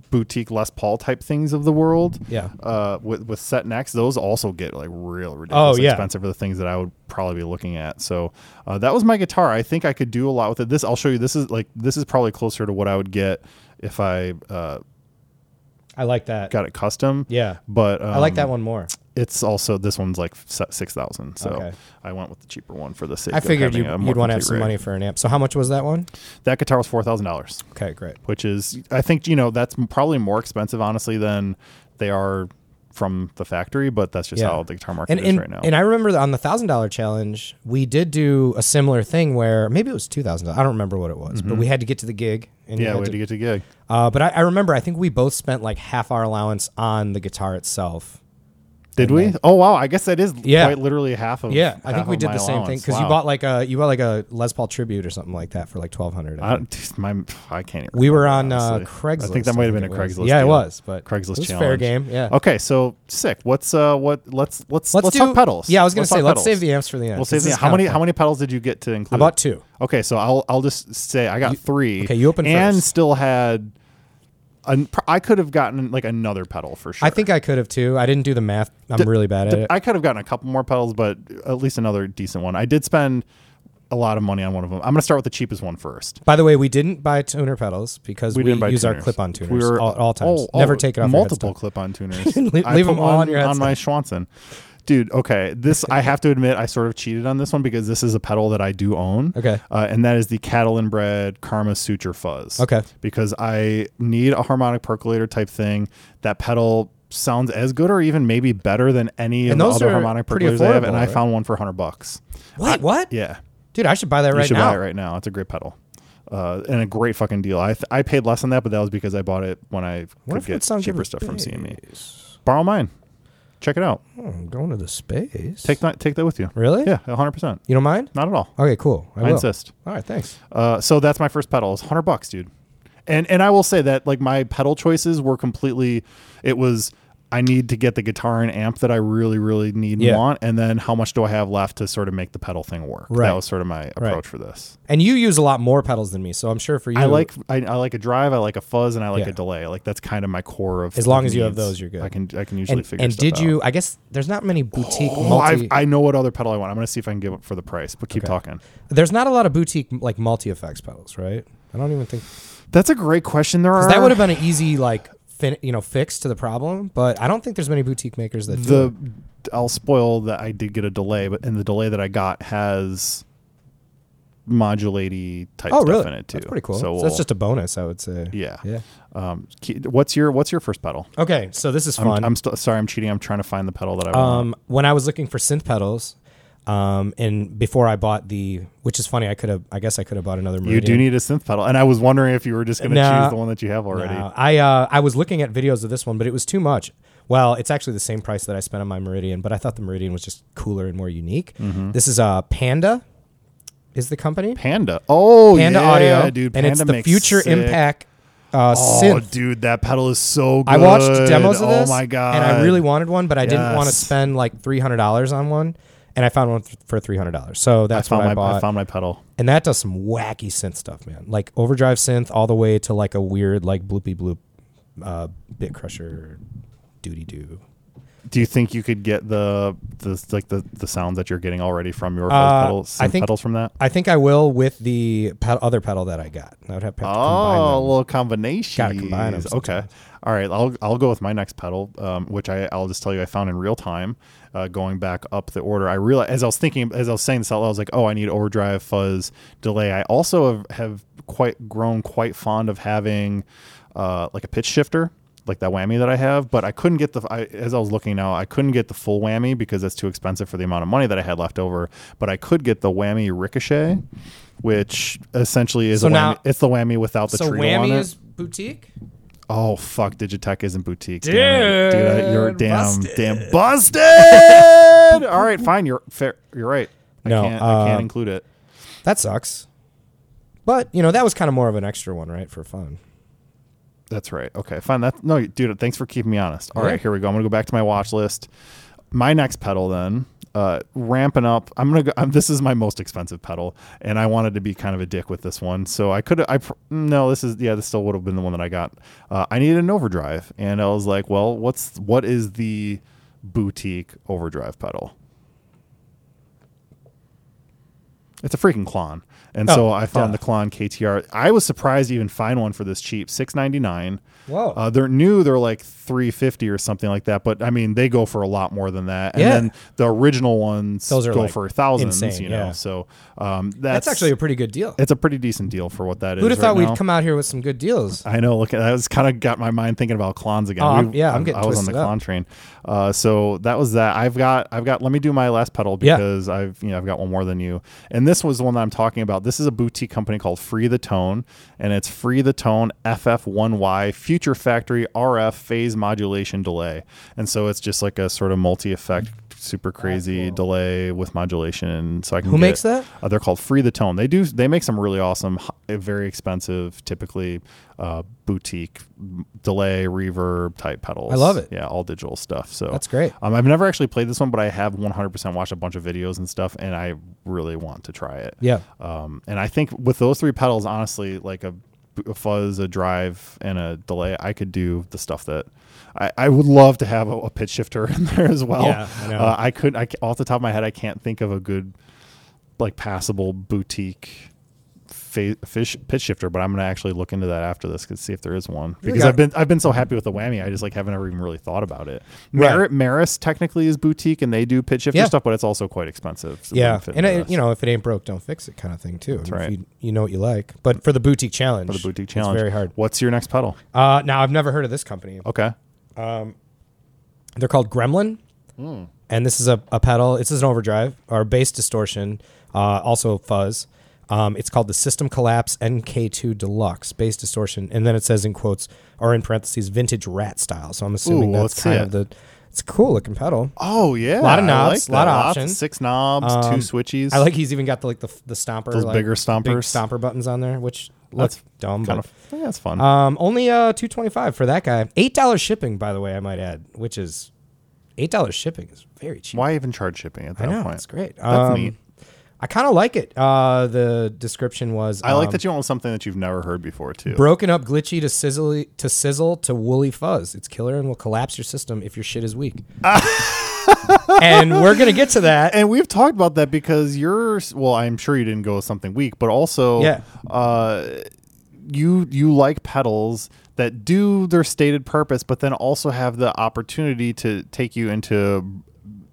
S1: boutique Les Paul type things of the world,
S2: Yeah.
S1: uh, with with set necks, those also get like real ridiculous
S2: Oh, yeah.
S1: expensive for the things that I would probably be looking at. So uh, that was my guitar. I think I could do a lot with it. This I'll show you. This is like this is probably closer to what I would get if I uh,
S2: I like that.
S1: got it custom.
S2: Yeah.
S1: but um,
S2: I like that one more.
S1: It's also this one's like six thousand. So
S2: Okay.
S1: I went with the cheaper one for the sake.
S2: I figured
S1: of
S2: you,
S1: having a more
S2: you'd want to have
S1: complete
S2: some
S1: rig.
S2: money for an amp. So how much was that one?
S1: That guitar was four thousand dollars.
S2: Okay, great.
S1: which is I think you know that's m- probably more expensive honestly than they are from the factory, but that's just
S2: Yeah.
S1: how the guitar market
S2: And
S1: is
S2: and,
S1: right now.
S2: and I remember that on the thousand dollar challenge, we did do a similar thing where maybe it was two thousand. I don't remember what it was, but we had to get to the gig. And
S1: Mm-hmm.
S2: you
S1: yeah,
S2: had
S1: way to,
S2: to-
S1: get to gig.
S2: Uh, but I, I remember I think we both spent like half our allowance on the guitar itself.
S1: Did we? Oh wow, I guess that is
S2: Yeah.
S1: quite literally half of
S2: Yeah, I
S1: half
S2: think we
S1: of
S2: did
S1: my
S2: the same thing
S1: allowance.
S2: because you
S1: Wow.
S2: bought like a you bought like a Les Paul tribute or something like that for like twelve hundred.
S1: I, don't- dude, my, I can't. Even
S2: We were on
S1: remember,
S2: uh,
S1: honestly.
S2: Craigslist.
S1: I think that might have been a
S2: it was.
S1: Craigslist.
S2: Yeah,
S1: deal.
S2: it was. But
S1: Craigslist
S2: it was
S1: challenge.
S2: fair game. Yeah.
S1: Okay, so sick. What's uh what? Let's let's let's,
S2: do
S1: talk pedals.
S2: Yeah, I was gonna say
S1: talk
S2: let's
S1: pedals.
S2: save the amps for the end.
S1: We'll
S2: 'cause
S1: save the.
S2: this is
S1: How many
S2: kinda
S1: how
S2: fun.
S1: many pedals did you get to include?
S2: I bought two.
S1: Okay, so I'll I'll just say I got three.
S2: okay, you open
S1: and
S2: first.
S1: still had. An, pr- I could have gotten like another pedal for sure.
S2: I think I could have too. I didn't do the math. I'm really bad at it.
S1: I could have gotten a couple more pedals, but at least another decent one. I did spend a lot of money on one of them. I'm gonna start with the cheapest one first.
S2: By the way, we didn't buy tuner pedals because we,
S1: We, didn't buy
S2: use our
S1: tuners.
S2: clip-on tuners
S1: We were
S2: all, all times.
S1: oh, oh,
S2: Never take it off. your
S1: Multiple
S2: headstock. [laughs]
S1: clip-on tuners.
S2: Leave-
S1: I
S2: leave
S1: put
S2: 'em all
S1: one
S2: on your
S1: on my Schwanson. Dude, okay. This I have to admit, I sort of cheated on this one because this is a pedal that I do own.
S2: Okay.
S1: uh, and that is the Catalan Bread Karma Suture Fuzz.
S2: Okay.
S1: because I need a harmonic percolator type thing. That pedal sounds as good or even maybe better than any
S2: And
S1: of the
S2: those
S1: other
S2: are
S1: harmonic
S2: pretty
S1: percolators I have,
S2: affordable,
S1: and I
S2: right?
S1: found one for hundred bucks.
S2: Wait, what?
S1: Yeah,
S2: Dude, I should buy that
S1: you
S2: right
S1: should
S2: now.
S1: buy it right now. It's a great pedal. Uh, and a great fucking deal. I th- I paid less than that, but that was because I bought it when I
S2: What
S1: could
S2: if it
S1: get
S2: sounds
S1: cheaper
S2: different
S1: stuff from E. CME.
S2: space?
S1: Borrow mine. Check it out.
S2: Oh, I'm going to the space.
S1: Take that take that with you.
S2: Really?
S1: Yeah, 100%.
S2: You don't mind?
S1: Not at all.
S2: Okay, cool. I,
S1: I
S2: will.
S1: insist.
S2: All right, thanks.
S1: Uh, so that's my first pedal. It's 100 bucks, dude. And and I will say that like my pedal choices were completely it was I need to get the guitar and amp that I really really need and
S2: Yeah.
S1: want and then how much do I have left to sort of make the pedal thing work.
S2: Right.
S1: That was sort of my approach for this.
S2: And you use a lot more pedals than me, so I'm sure for you,
S1: I like I, I like a drive, I like a fuzz and I like
S2: Yeah.
S1: a delay. Like that's kind of my core of
S2: As long
S1: of
S2: as you have
S1: needs.
S2: those, you're good.
S1: I can I can usually
S2: And,
S1: figure
S2: and
S1: stuff
S2: did
S1: out.
S2: you? I guess there's not many boutique
S1: Oh, I've-
S2: multi.
S1: I know what other pedal I want. I'm going to see if I can give it for the price, but keep talking.
S2: there's not a lot of boutique like multi effects pedals, right? I don't even think
S1: That's a great question. There are
S2: 'cause that would have been an easy like fin- you know fix to the problem, but I don't think there's many boutique makers that do
S1: the
S2: it.
S1: I'll spoil that I did get a delay, but and the delay that I got has modulaty type
S2: Oh,
S1: stuff
S2: really?
S1: in it too.
S2: That's pretty cool. So,
S1: So,
S2: that's
S1: we'll-
S2: just a bonus, I would say.
S1: yeah.
S2: Yeah.
S1: Um, ke- what's your what's your first pedal?
S2: Okay, so this is
S1: I'm,
S2: fun.
S1: I'm st- sorry, I'm cheating. I'm trying to find the pedal that I want.
S2: um, when I was looking for synth pedals, um, and before I bought the, which is funny, I could have, I guess I could have bought another.
S1: You
S2: Meridian.
S1: do need a synth pedal, and I was wondering if you were just going to
S2: No.
S1: choose the one that you have already.
S2: No, I uh, I was looking at videos of this one, but it was too much. Well, it's actually the same price that I spent on my Meridian, but I thought the Meridian was just cooler and more unique. This is uh, Panda, is the company
S1: Panda. Mm-hmm. Oh,
S2: Panda
S1: yeah,
S2: Audio,
S1: dude.
S2: and
S1: Panda
S2: it's the
S1: makes
S2: Future
S1: sick-
S2: Impact uh,
S1: Oh,
S2: synth.
S1: dude, that pedal is so good.
S2: I watched demos of this.
S1: Oh my god!
S2: And I really wanted one, but I didn't want to
S1: Yes.
S2: spend like three hundred dollars on one. And I found one th- for three hundred dollars. So
S1: I
S2: that's
S1: found
S2: what
S1: my
S2: I bought.
S1: I found my pedal.
S2: and that does some wacky synth stuff, man. Like overdrive synth, all the way to like a weird like bloopy bloop, uh, bit crusher, doody doo.
S1: Do you think you could get the the like the the sounds that you're getting already from your
S2: Uh,
S1: pedals?
S2: I think-
S1: pedals from that.
S2: I think I will with the ped- other pedal that I got. I would have to combine
S1: Oh, a
S2: them.
S1: little combination.
S2: Gotta combine 'em
S1: Okay. All right. I'll I'll go with my next pedal, um, which I I'll just tell you I found in real time. Uh, going back up the order, I realized as I was thinking as I was saying this out loud, I was like, oh, I need overdrive, fuzz, delay. I also have, have quite grown quite fond of having uh, like a pitch shifter. Like that whammy that I have, but I couldn't get the. I, as I was looking now, I couldn't get the full whammy because that's too expensive for the amount of money that I had left over. But I could get the whammy ricochet, which essentially is
S2: So
S1: a
S2: now-
S1: whammy, it's the whammy without the
S2: So
S1: treadle on
S2: whammy
S1: it.
S2: is boutique.
S1: Oh fuck, Digitech isn't boutique. damn it. Dude, I- you're
S2: Dude,
S1: damn
S2: busted.
S1: damn busted. All right, fine. You're fair. You're right. I
S2: No,
S1: can't. I
S2: uh,
S1: can't include it.
S2: That sucks. But you know that was kind of more of an extra one, right, for fun.
S1: That's right. Okay, fine. That no, dude. Thanks for keeping me honest. All right,
S2: Yeah.
S1: here we go. I'm gonna go back to my watch list. My next pedal, then, uh, ramping up. I'm gonna go. I'm, this is my most expensive pedal, and I wanted to be kind of a dick with this one, so I could. I pr- no, this is yeah. This still would have been the one that I got. Uh, I needed an overdrive, and I was like, well, what's what is the boutique overdrive pedal? It's a freaking Klon. And so
S2: Oh,
S1: I found
S2: duh.
S1: the Klon KTR. I was surprised to even find one for this cheap, six ninety nine.
S2: Whoa.
S1: Uh, they're new. They're like three fifty or something like that. But I mean, they go for a lot more than that. And
S2: Yeah.
S1: then the original ones
S2: Those are,
S1: go
S2: like,
S1: for thousands.
S2: insane,
S1: you know,
S2: yeah.
S1: so um, that's,
S2: That's, actually a pretty good deal.
S1: it's a pretty decent deal for what that is.
S2: Who'd have
S1: right
S2: thought
S1: now. Uh,
S2: we'd come out here with some good deals?
S1: I know. Look, I was kind of got my mind thinking about clowns again.
S2: Oh, I'm-
S1: We-
S2: yeah, I'm getting
S1: I was on the
S2: twisted up.
S1: clown train. Uh, so that was that. I've got. I've got. Let me do my last pedal
S2: Yeah.
S1: because I've you know I've got one more than you. And this was the one that I'm talking about. This is a boutique company called Free the Tone, and it's Free the Tone FF1Y Future Factory RF Phase Modulation Delay. And so it's just like a sort of multi-effect. Super crazy delay with modulation, so I can.
S2: Who
S1: get-
S2: makes that?
S1: uh, they're called Free the Tone. They do. They make some really awesome, h- very expensive, typically uh, boutique m- delay reverb type pedals.
S2: I love it.
S1: Yeah, all digital stuff. So
S2: That's great.
S1: Um, I've never actually played this one, but I have 100% watched a bunch of videos and stuff, and I really want to try it.
S2: Yeah.
S1: Um, and I think with those three pedals, honestly, like a, a fuzz, a drive, and a delay, I could do the stuff that I, I would love to have a, a pitch shifter [laughs] in there as well.
S2: Yeah, I know.
S1: Uh, I could, I ca- off the top of my head, I can't think of a good, like passable boutique fa- fish pitch shifter, but I'm gonna actually look into that after this and see if there is one because
S2: got-
S1: I've been I've been so happy with the whammy, I just like haven't ever even really thought about it.
S2: Right.
S1: Mar- Maris technically is boutique and they do pitch shifter
S2: Yeah.
S1: stuff, but it's also quite expensive. so it
S2: yeah,
S1: wouldn't fit
S2: and
S1: into
S2: it,
S1: this.
S2: you know if it ain't broke, don't fix it, kind of thing too. That's
S1: right.
S2: You, you know what you like, but for the boutique challenge,
S1: for the boutique challenge,
S2: it's very hard.
S1: What's your next pedal?
S2: Uh, now I've never heard of this company.
S1: Okay,
S2: They're called Gremlin.
S1: Hmm.
S2: And this is a, a pedal. This is an overdrive or bass distortion, uh, also fuzz. Um, it's called the System Collapse NK2 Deluxe bass distortion. And then it says in quotes or in parentheses, vintage rat style. So I'm assuming
S1: Ooh,
S2: that's
S1: let's see
S2: kind of
S1: it.
S2: the. It's a cool looking pedal.
S1: oh yeah,
S2: Lot of
S1: I
S2: knobs,
S1: like
S2: lot
S1: that.
S2: of
S1: Lots
S2: options.
S1: six knobs, two switches.
S2: Um, I like he's even got the like the, the stomper,
S1: Those
S2: like,
S1: bigger
S2: big
S1: stompers.
S2: stomper buttons on there, which
S1: That's
S2: looks dumb.
S1: kind
S2: But
S1: of yeah, that's fun.
S2: Um, only uh two twenty five for that guy. Eight dollars shipping, by the way, I might add, which is eight dollars shipping is very cheap.
S1: Why even charge shipping at that
S2: I know
S1: point?
S2: it's great.
S1: That's
S2: Um,
S1: neat.
S2: I kind of like it. Uh, the description was
S1: I like
S2: um,
S1: that you went with something that you've never heard before too.
S2: broken up, glitchy to sizzle to sizzle to woolly fuzz. It's killer and will collapse your system if your shit
S1: [laughs]
S2: is weak. and we're gonna get to that.
S1: and we've talked about that because you're well i'm sure you didn't go with something weak but also
S2: Yeah.
S1: uh, you you like pedals that do their stated purpose but then also have the opportunity to take you into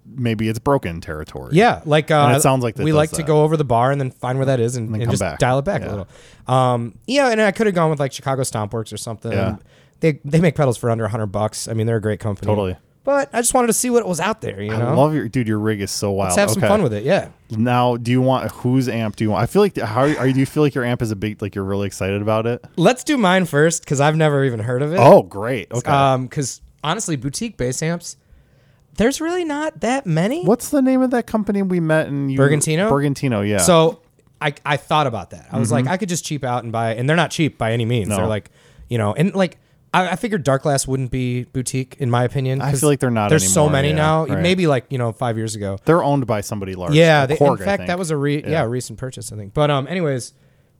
S1: maybe it's broken territory
S2: Yeah, like uh,
S1: it sounds like that
S2: we
S1: does
S2: like to
S1: that.
S2: go over the bar and then find where that is and, and,
S1: come
S2: just
S1: back.
S2: dial it back
S1: Yeah.
S2: a little. Um, yeah, and I could have gone with like Chicago Stompworks or something.
S1: Yeah.
S2: They they make pedals for under hundred bucks. I mean, they're a great company.
S1: Totally.
S2: But I just wanted to see what was out there. You
S1: I
S2: know,
S1: love your dude. Your rig is so wild.
S2: let's have some fun with it. Yeah.
S1: Now, do you want whose amp? Do you want? I feel like how are you, do you feel like your amp is a big like you're really excited about it?
S2: Let's do mine first because I've never even heard of it.
S1: Oh, great. Okay.
S2: because honestly, boutique bass amps, there's really not that many.
S1: What's the name of that company we met in you,
S2: Bergantino?
S1: Bergantino. Yeah. Mm-hmm.
S2: So I, I thought about that. I was like, I could just cheap out and buy, and they're not cheap by any means.
S1: No.
S2: They're like, you know, and like I, I figured Dark Glass wouldn't be boutique in my opinion.
S1: I
S2: 'cause
S1: feel like they're not
S2: There's so
S1: anymore,
S2: many
S1: yeah,
S2: now.
S1: right.
S2: Maybe like you know five years ago.
S1: They're owned by somebody large.
S2: Yeah,
S1: Uh,
S2: they,
S1: Korg, I
S2: in fact,
S1: think.
S2: that was a re- yeah, a recent purchase, I think. But um, anyways,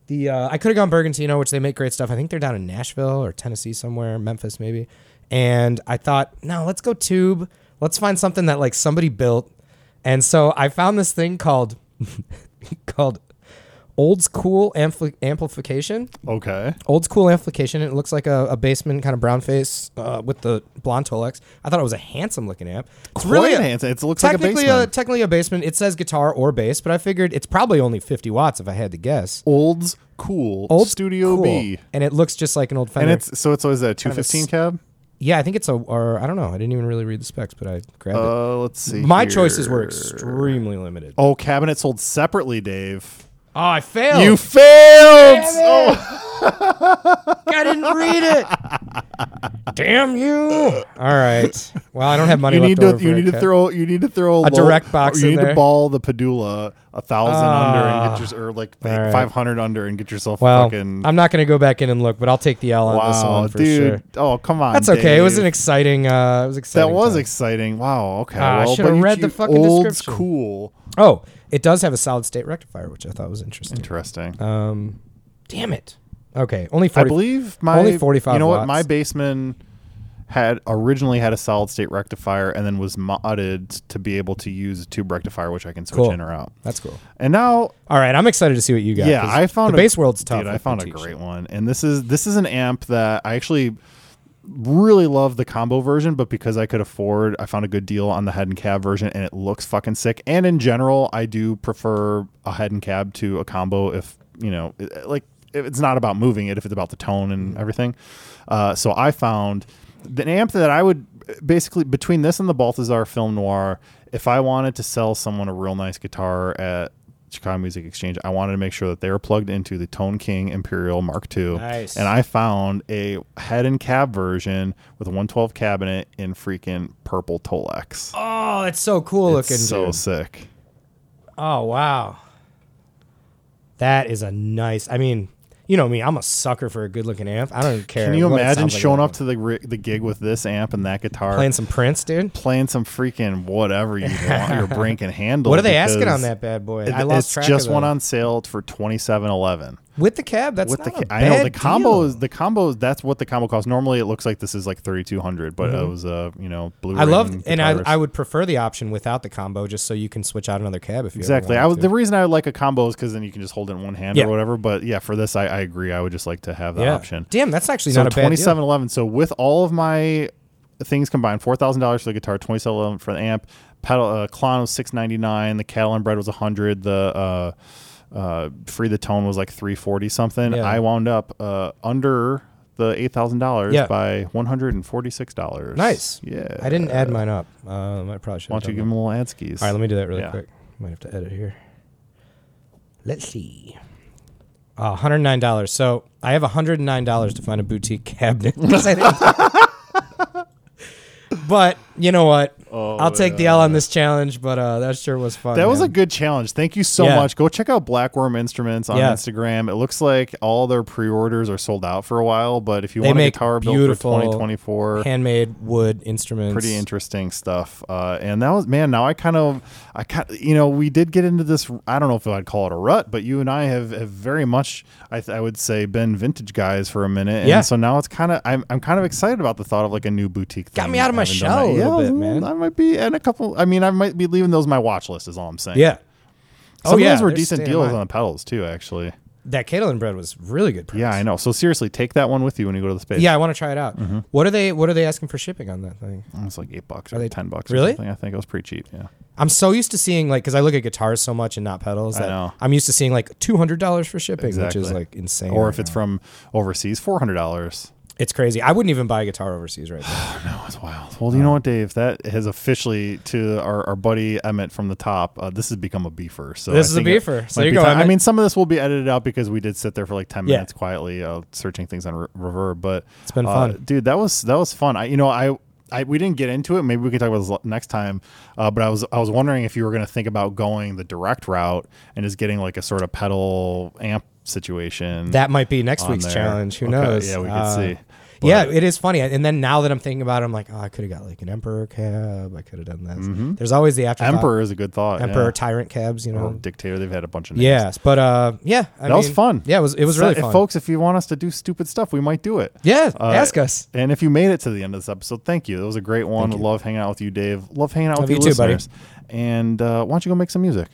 S2: the uh, I could have gone Bergantino, which they make great stuff. I think they're down in Nashville or Tennessee somewhere, Memphis maybe. And I thought, no, let's go tube. Let's find something that like somebody built. And so I found this thing called [laughs] called old school ampli- amplification.
S1: okay.
S2: Old school amplification. It looks like a, a basement kind of brown face uh, with the blonde Tolex. I thought it was a handsome looking amp. It's really
S1: Quite
S2: a-
S1: handsome. It looks like a
S2: technically uh,
S1: basement.
S2: technically a basement. It says guitar or bass, but I figured it's probably only 50 watts if I had to guess.
S1: Olds Cool Studio
S2: cool.
S1: B,
S2: and it looks just like an old Fender.
S1: and it's so it's always a two fifteen
S2: s-
S1: cab.
S2: yeah, I think it's a or I don't know. I didn't even really read the specs, but I grabbed
S1: Uh, let's see.
S2: it. My
S1: here.
S2: choices were extremely limited. Oh,
S1: Oh, cabinet sold separately, Dave.
S2: I failed.
S1: You failed. Oh,
S2: [laughs] I didn't read it. Damn you! All right. Well, I don't have money.
S1: You
S2: left
S1: need to
S2: over for
S1: you
S2: a
S1: need to
S2: cut.
S1: throw you need to throw a
S2: direct box
S1: You
S2: in
S1: need to
S2: there.
S1: ball the Padula a thousand under and get your or like
S2: right.
S1: five hundred under and get yourself
S2: Well,
S1: fucking
S2: I'm not going to go back in and look, but I'll take the L on this
S1: wow,
S2: one for
S1: dude.
S2: sure.
S1: Oh come on,
S2: That's okay. It was
S1: Dave.
S2: an exciting. Uh, it was exciting.
S1: that was
S2: time.
S1: exciting. Wow. Okay.
S2: Ah, I
S1: well,
S2: should've
S1: but you-
S2: read the
S1: you-
S2: fucking
S1: old
S2: description.
S1: school.
S2: oh, it does have a solid state rectifier, which I thought was interesting.
S1: Interesting.
S2: Um, damn it. Okay, only 40,
S1: I believe my
S2: only 45
S1: You know what?
S2: watts.
S1: My basement had originally had a solid state rectifier and then was modded to be able to use a tube rectifier, which I can switch
S2: Cool.
S1: in or out.
S2: That's cool.
S1: And now
S2: All right, I'm excited to see what you got.
S1: yeah,
S2: 'cause
S1: I found
S2: the
S1: a-
S2: base world's tough.
S1: Dude,
S2: with
S1: I
S2: the
S1: found a
S2: teach.
S1: great one, and this is this is an amp that I actually really love the combo version, but because I could afford, I found a good deal on the head and cab version, and it looks fucking sick. And in general, I do prefer a head and cab to a combo if you know, it- like if it's not about moving it, if it's about the tone and everything. Uh, so I found an amp that I would basically between this and the Balthazar Film Noir. If I wanted to sell someone a real nice guitar at Chicago Music Exchange, I wanted to make sure that they were plugged into the Tone King Imperial Mark II.
S2: Nice.
S1: And I found a head and cab version with a 112 cabinet in freaking purple Tolex.
S2: Oh, it's so cool
S1: It's
S2: looking.
S1: so
S2: dude.
S1: sick.
S2: Oh wow, that is a nice. I mean, you know me. I'm a sucker for a good looking amp. I don't care.
S1: Can you
S2: what it
S1: imagine
S2: sounds like
S1: showing
S2: on
S1: up to the ri- the gig with this amp and that guitar?
S2: playing some Prince, dude?
S1: playing some freaking whatever
S2: [laughs]
S1: you want your brink and handle.
S2: What are they asking
S1: because
S2: on that bad boy?
S1: it-
S2: I lost
S1: it's
S2: track.
S1: just
S2: of
S1: one
S2: them.
S1: on sale for twenty seven eleven.
S2: with the cab. That's
S1: With the
S2: not
S1: ca-
S2: a
S1: I know the
S2: bad
S1: combo
S2: deal.
S1: is the combo. is- That's what the combo costs. Normally, it looks like this is like thirty two hundred, but it was uh, you know blue.
S2: Mm-hmm. I loved, and I, I would prefer the option without the combo, just so you can switch out another cab if you
S1: exactly. I
S2: Ever
S1: was the
S2: wanted
S1: reason I would like a combo is because then you can just hold it in one hand
S2: Yeah.
S1: or whatever. But yeah, for this, I, I agree. I would just like to have
S2: to.
S1: that
S2: yeah.
S1: option.
S2: Damn, that's actually
S1: so
S2: not a bad
S1: twenty seven
S2: deal.
S1: eleven. So with all of my things combined, four thousand dollars for the guitar, twenty seven eleven for the amp. Pedal uh, Klon was six ninety nine. The Catalan Bread was hundred. The uh, uh, Free the Tone was like three forty something.
S2: Yeah.
S1: I wound up uh, under the eight thousand
S2: Yeah.
S1: dollars by one hundred and forty six dollars.
S2: Nice.
S1: Yeah.
S2: I didn't add mine up. Um, I probably should.
S1: Why don't you give them a little ad skis?
S2: All right, let me do that really
S1: Yeah.
S2: quick. Might have to edit here. Let's see. Uh, $109. So I have $109 to find a boutique cabinet. [laughs] 'Cause I didn't- but you know what? I'll take the L on this challenge, but uh, that sure was fun.
S1: Oh, That was a
S2: man.
S1: good challenge. Thank you so
S2: Yeah.
S1: much. Go check out Blackworm Instruments on
S2: Yeah.
S1: Instagram. It looks like all their pre-orders are sold out for a while, but if you
S2: They
S1: want a
S2: make
S1: guitar built for
S2: beautiful
S1: 2024,
S2: handmade wood instruments.
S1: pretty interesting stuff. Uh, and that was man. Now I kind of, I kind, you know, we did get into this. I don't know if I'd call it a rut, but you and I have, have very much, I, th- I would say, been vintage guys for a minute. And
S2: Yeah.
S1: So now it's kind of, I'm, I'm kind of excited about the thought of like a new boutique.
S2: Got
S1: thing.
S2: me out of my
S1: I haven't done
S2: shell
S1: that
S2: a little
S1: yet.
S2: bit, man.
S1: I might be, and a couple. I mean, I might be leaving those on my watch list. Is all I'm saying.
S2: Yeah.
S1: Some
S2: oh, yeah.
S1: of those were
S2: they're
S1: decent
S2: staying
S1: deals
S2: alive.
S1: on the pedals too, actually.
S2: That Caitlin bread was really good. Price.
S1: Yeah, I know. Mm-hmm. So seriously, take that one with you when you go to the space.
S2: Yeah, I want to try it out. What are they? What are they asking for shipping on that thing?
S1: it was like eight bucks or
S2: they-
S1: ten bucks.
S2: Really?
S1: Or something. I think it was pretty cheap. Yeah,
S2: I'm so used to seeing like because I look at guitars so much and not pedals.
S1: I
S2: That
S1: know.
S2: I'm used to seeing like two hundred dollars for shipping,
S1: Exactly.
S2: which is like insane.
S1: or
S2: right
S1: if it's
S2: now.
S1: from overseas, four hundred dollars.
S2: it's crazy. I wouldn't even buy a guitar overseas right now.
S1: No, it's wild. Well, you know what, Dave? That has officially to our, our buddy Emmett from the top. Uh, this has become a beefer. So I
S2: This is a
S1: think it
S2: beefer. So
S1: might
S2: you
S1: be
S2: go,
S1: time- I
S2: Emmett.
S1: mean, some of this will be edited out because we did sit there for like ten
S2: Yeah.
S1: minutes quietly uh, searching things on re- Reverb. But
S2: It's been
S1: uh,
S2: fun.
S1: dude. That was that was fun. I you know I. I, we didn't get into it. Maybe we can talk about this l- next time. Uh, but I was I was wondering if you were going to think about going the direct route and just getting like a sort of pedal amp situation.
S2: That might be next
S1: [sighs] On
S2: week's
S1: there.
S2: challenge. Who
S1: Okay,
S2: knows?
S1: yeah, we could
S2: Uh,
S1: see.
S2: yeah, it is funny. And then now that I'm thinking about it, I'm like, oh, I could have got like an emperor cab. I could have done this. There's always the afterthought.
S1: Mm-hmm. emperor is a good thought.
S2: emperor
S1: yeah.
S2: tyrant cabs. You know.
S1: Or dictator. They've had a bunch of names.
S2: Yes, but uh, yeah, I
S1: That was
S2: mean,
S1: fun.
S2: Yeah, it was. It was
S1: So-
S2: really
S1: if
S2: fun.
S1: folks. If you want us to do stupid stuff, we might do it.
S2: yeah,
S1: Uh,
S2: ask us.
S1: And if you made it to the end of this episode, thank you. That was a great one. Love hanging out with you, Dave. Love hanging out
S2: Love
S1: with you,
S2: you too, buddy.
S1: listeners. And uh, why don't you go make some music?